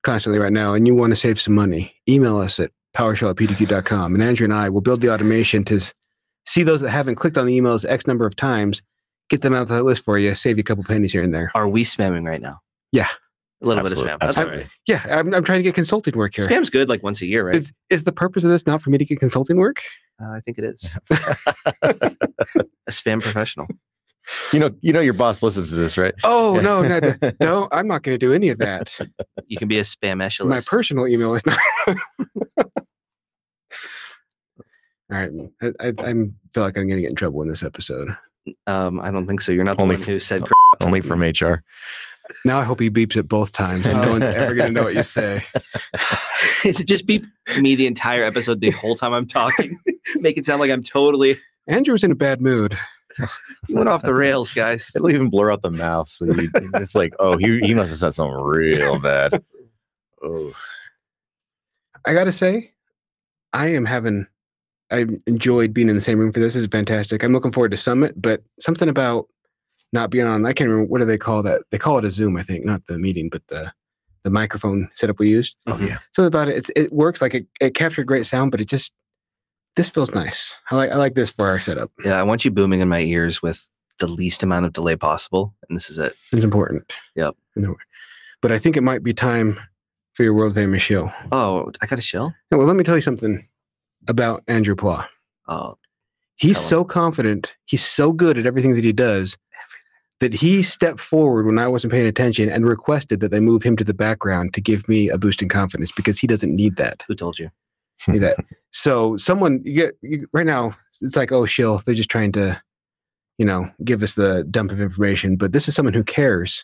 Speaker 4: constantly right now and you want to save some money, email us at PowerShell at PDQ.com and Andrew and I will build the automation to s- see those that haven't clicked on the emails X number of times, get them out of that list for you, save you a couple pennies here and there.
Speaker 5: Are we spamming right now?
Speaker 4: Yeah.
Speaker 5: a little
Speaker 6: absolute-
Speaker 5: bit of spam. That's all
Speaker 6: absolutely.
Speaker 5: right.
Speaker 4: Yeah, I'm, I'm trying to get consulting work here. Is
Speaker 5: Spam's good like once a year, right?
Speaker 4: Is the purpose of this not for me to get consulting work?
Speaker 5: Uh, I think it is. a spam professional.
Speaker 6: you know you know your boss listens to this right
Speaker 4: Oh no, no, no, no, I'm not going to do any of that.
Speaker 5: You can be a spam specialist.
Speaker 4: My personal email is not. All right, I, I, I'm feel like I'm going to get in trouble in this episode.
Speaker 5: Um, I don't think so. You're not the
Speaker 6: Only
Speaker 5: one
Speaker 6: f-
Speaker 5: who said. cr-
Speaker 6: only from hr
Speaker 4: Now I hope he beeps it both times, and no one's ever going to know what you say.
Speaker 5: It's just beep me the entire episode the whole time I'm talking. Make it sound like I'm totally
Speaker 4: Andrew's in a bad mood.
Speaker 5: you went off the rails, guys.
Speaker 6: it'll even blur out the mouth so you, it's like oh he, he must have said something real bad oh
Speaker 4: I got to say, I am having. I enjoyed being in the same room for this. This is fantastic. I'm looking forward to Summit, but something about not being on. I can't remember what do they call that. They call it a Zoom, I think, not the meeting, but the the microphone setup we used.
Speaker 5: Oh, yeah.
Speaker 4: So about it, it's, it works like it, it captured great sound, but it just this feels nice. I like I like this for our setup.
Speaker 5: Yeah, I want you booming in my ears with the least amount of delay possible, and this is it.
Speaker 4: It's important.
Speaker 5: Yep.
Speaker 4: But I think it might be time for your world famous show.
Speaker 5: Oh, I got a shell.
Speaker 4: Now, well, let me tell you something about Andrew Plough.
Speaker 5: Oh,
Speaker 4: He's
Speaker 5: Tell him.
Speaker 4: so confident. He's so good at everything that he does that he stepped forward when I wasn't paying attention and requested that they move him to the background to give me a boost in confidence because he doesn't need that.
Speaker 5: who told you?
Speaker 4: Need that. So someone you get you, right now, it's like oh shill. They're just trying to, you know, give us the dump of information. But this is someone who cares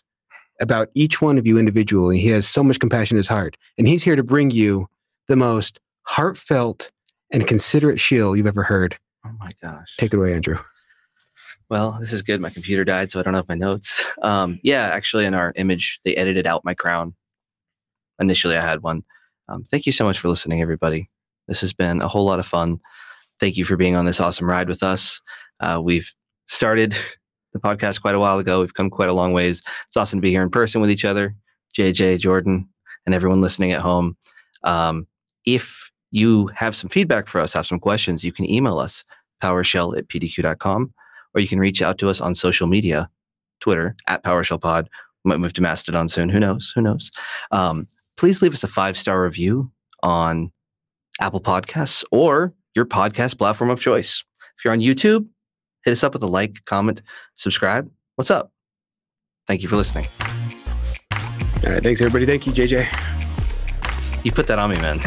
Speaker 4: about each one of you individually. He has so much compassion in his heart, and he's here to bring you the most heartfelt and considerate shill you've ever heard.
Speaker 5: Oh my gosh.
Speaker 4: Take it away, Andrew.
Speaker 5: Well, this is good. My computer died, so I don't have my notes. Um, yeah, actually, in our image, they edited out my crown. Initially, I had one. Um, thank you so much for listening, everybody. This has been a whole lot of fun. Thank you for being on this awesome ride with us. Uh, we've started the podcast quite a while ago. We've come quite a long ways. It's awesome to be here in person with each other, JJ, Jordan, and everyone listening at home. Um, if you have some feedback for us, have some questions, you can email us powershell at pdq.com or you can reach out to us on social media, Twitter at PowerShell Pod. We might move to Mastodon soon. Who knows? Who knows? Um, please leave us a five star review on Apple Podcasts or your podcast platform of choice. If you're on YouTube, hit us up with a like, comment, subscribe. What's up? Thank you for listening.
Speaker 4: All right, thanks everybody. Thank you, JJ.
Speaker 5: You put that on me, man.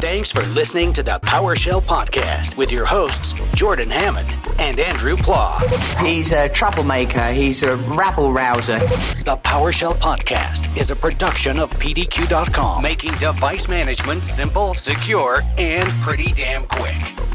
Speaker 2: Thanks for listening to the PowerShell Podcast with your hosts, Jordan Hammond and Andrew Plaw.
Speaker 7: He's a troublemaker. He's a rabble rouser.
Speaker 2: The PowerShell Podcast is a production of PDQ.com, making device management simple, secure, and pretty damn quick.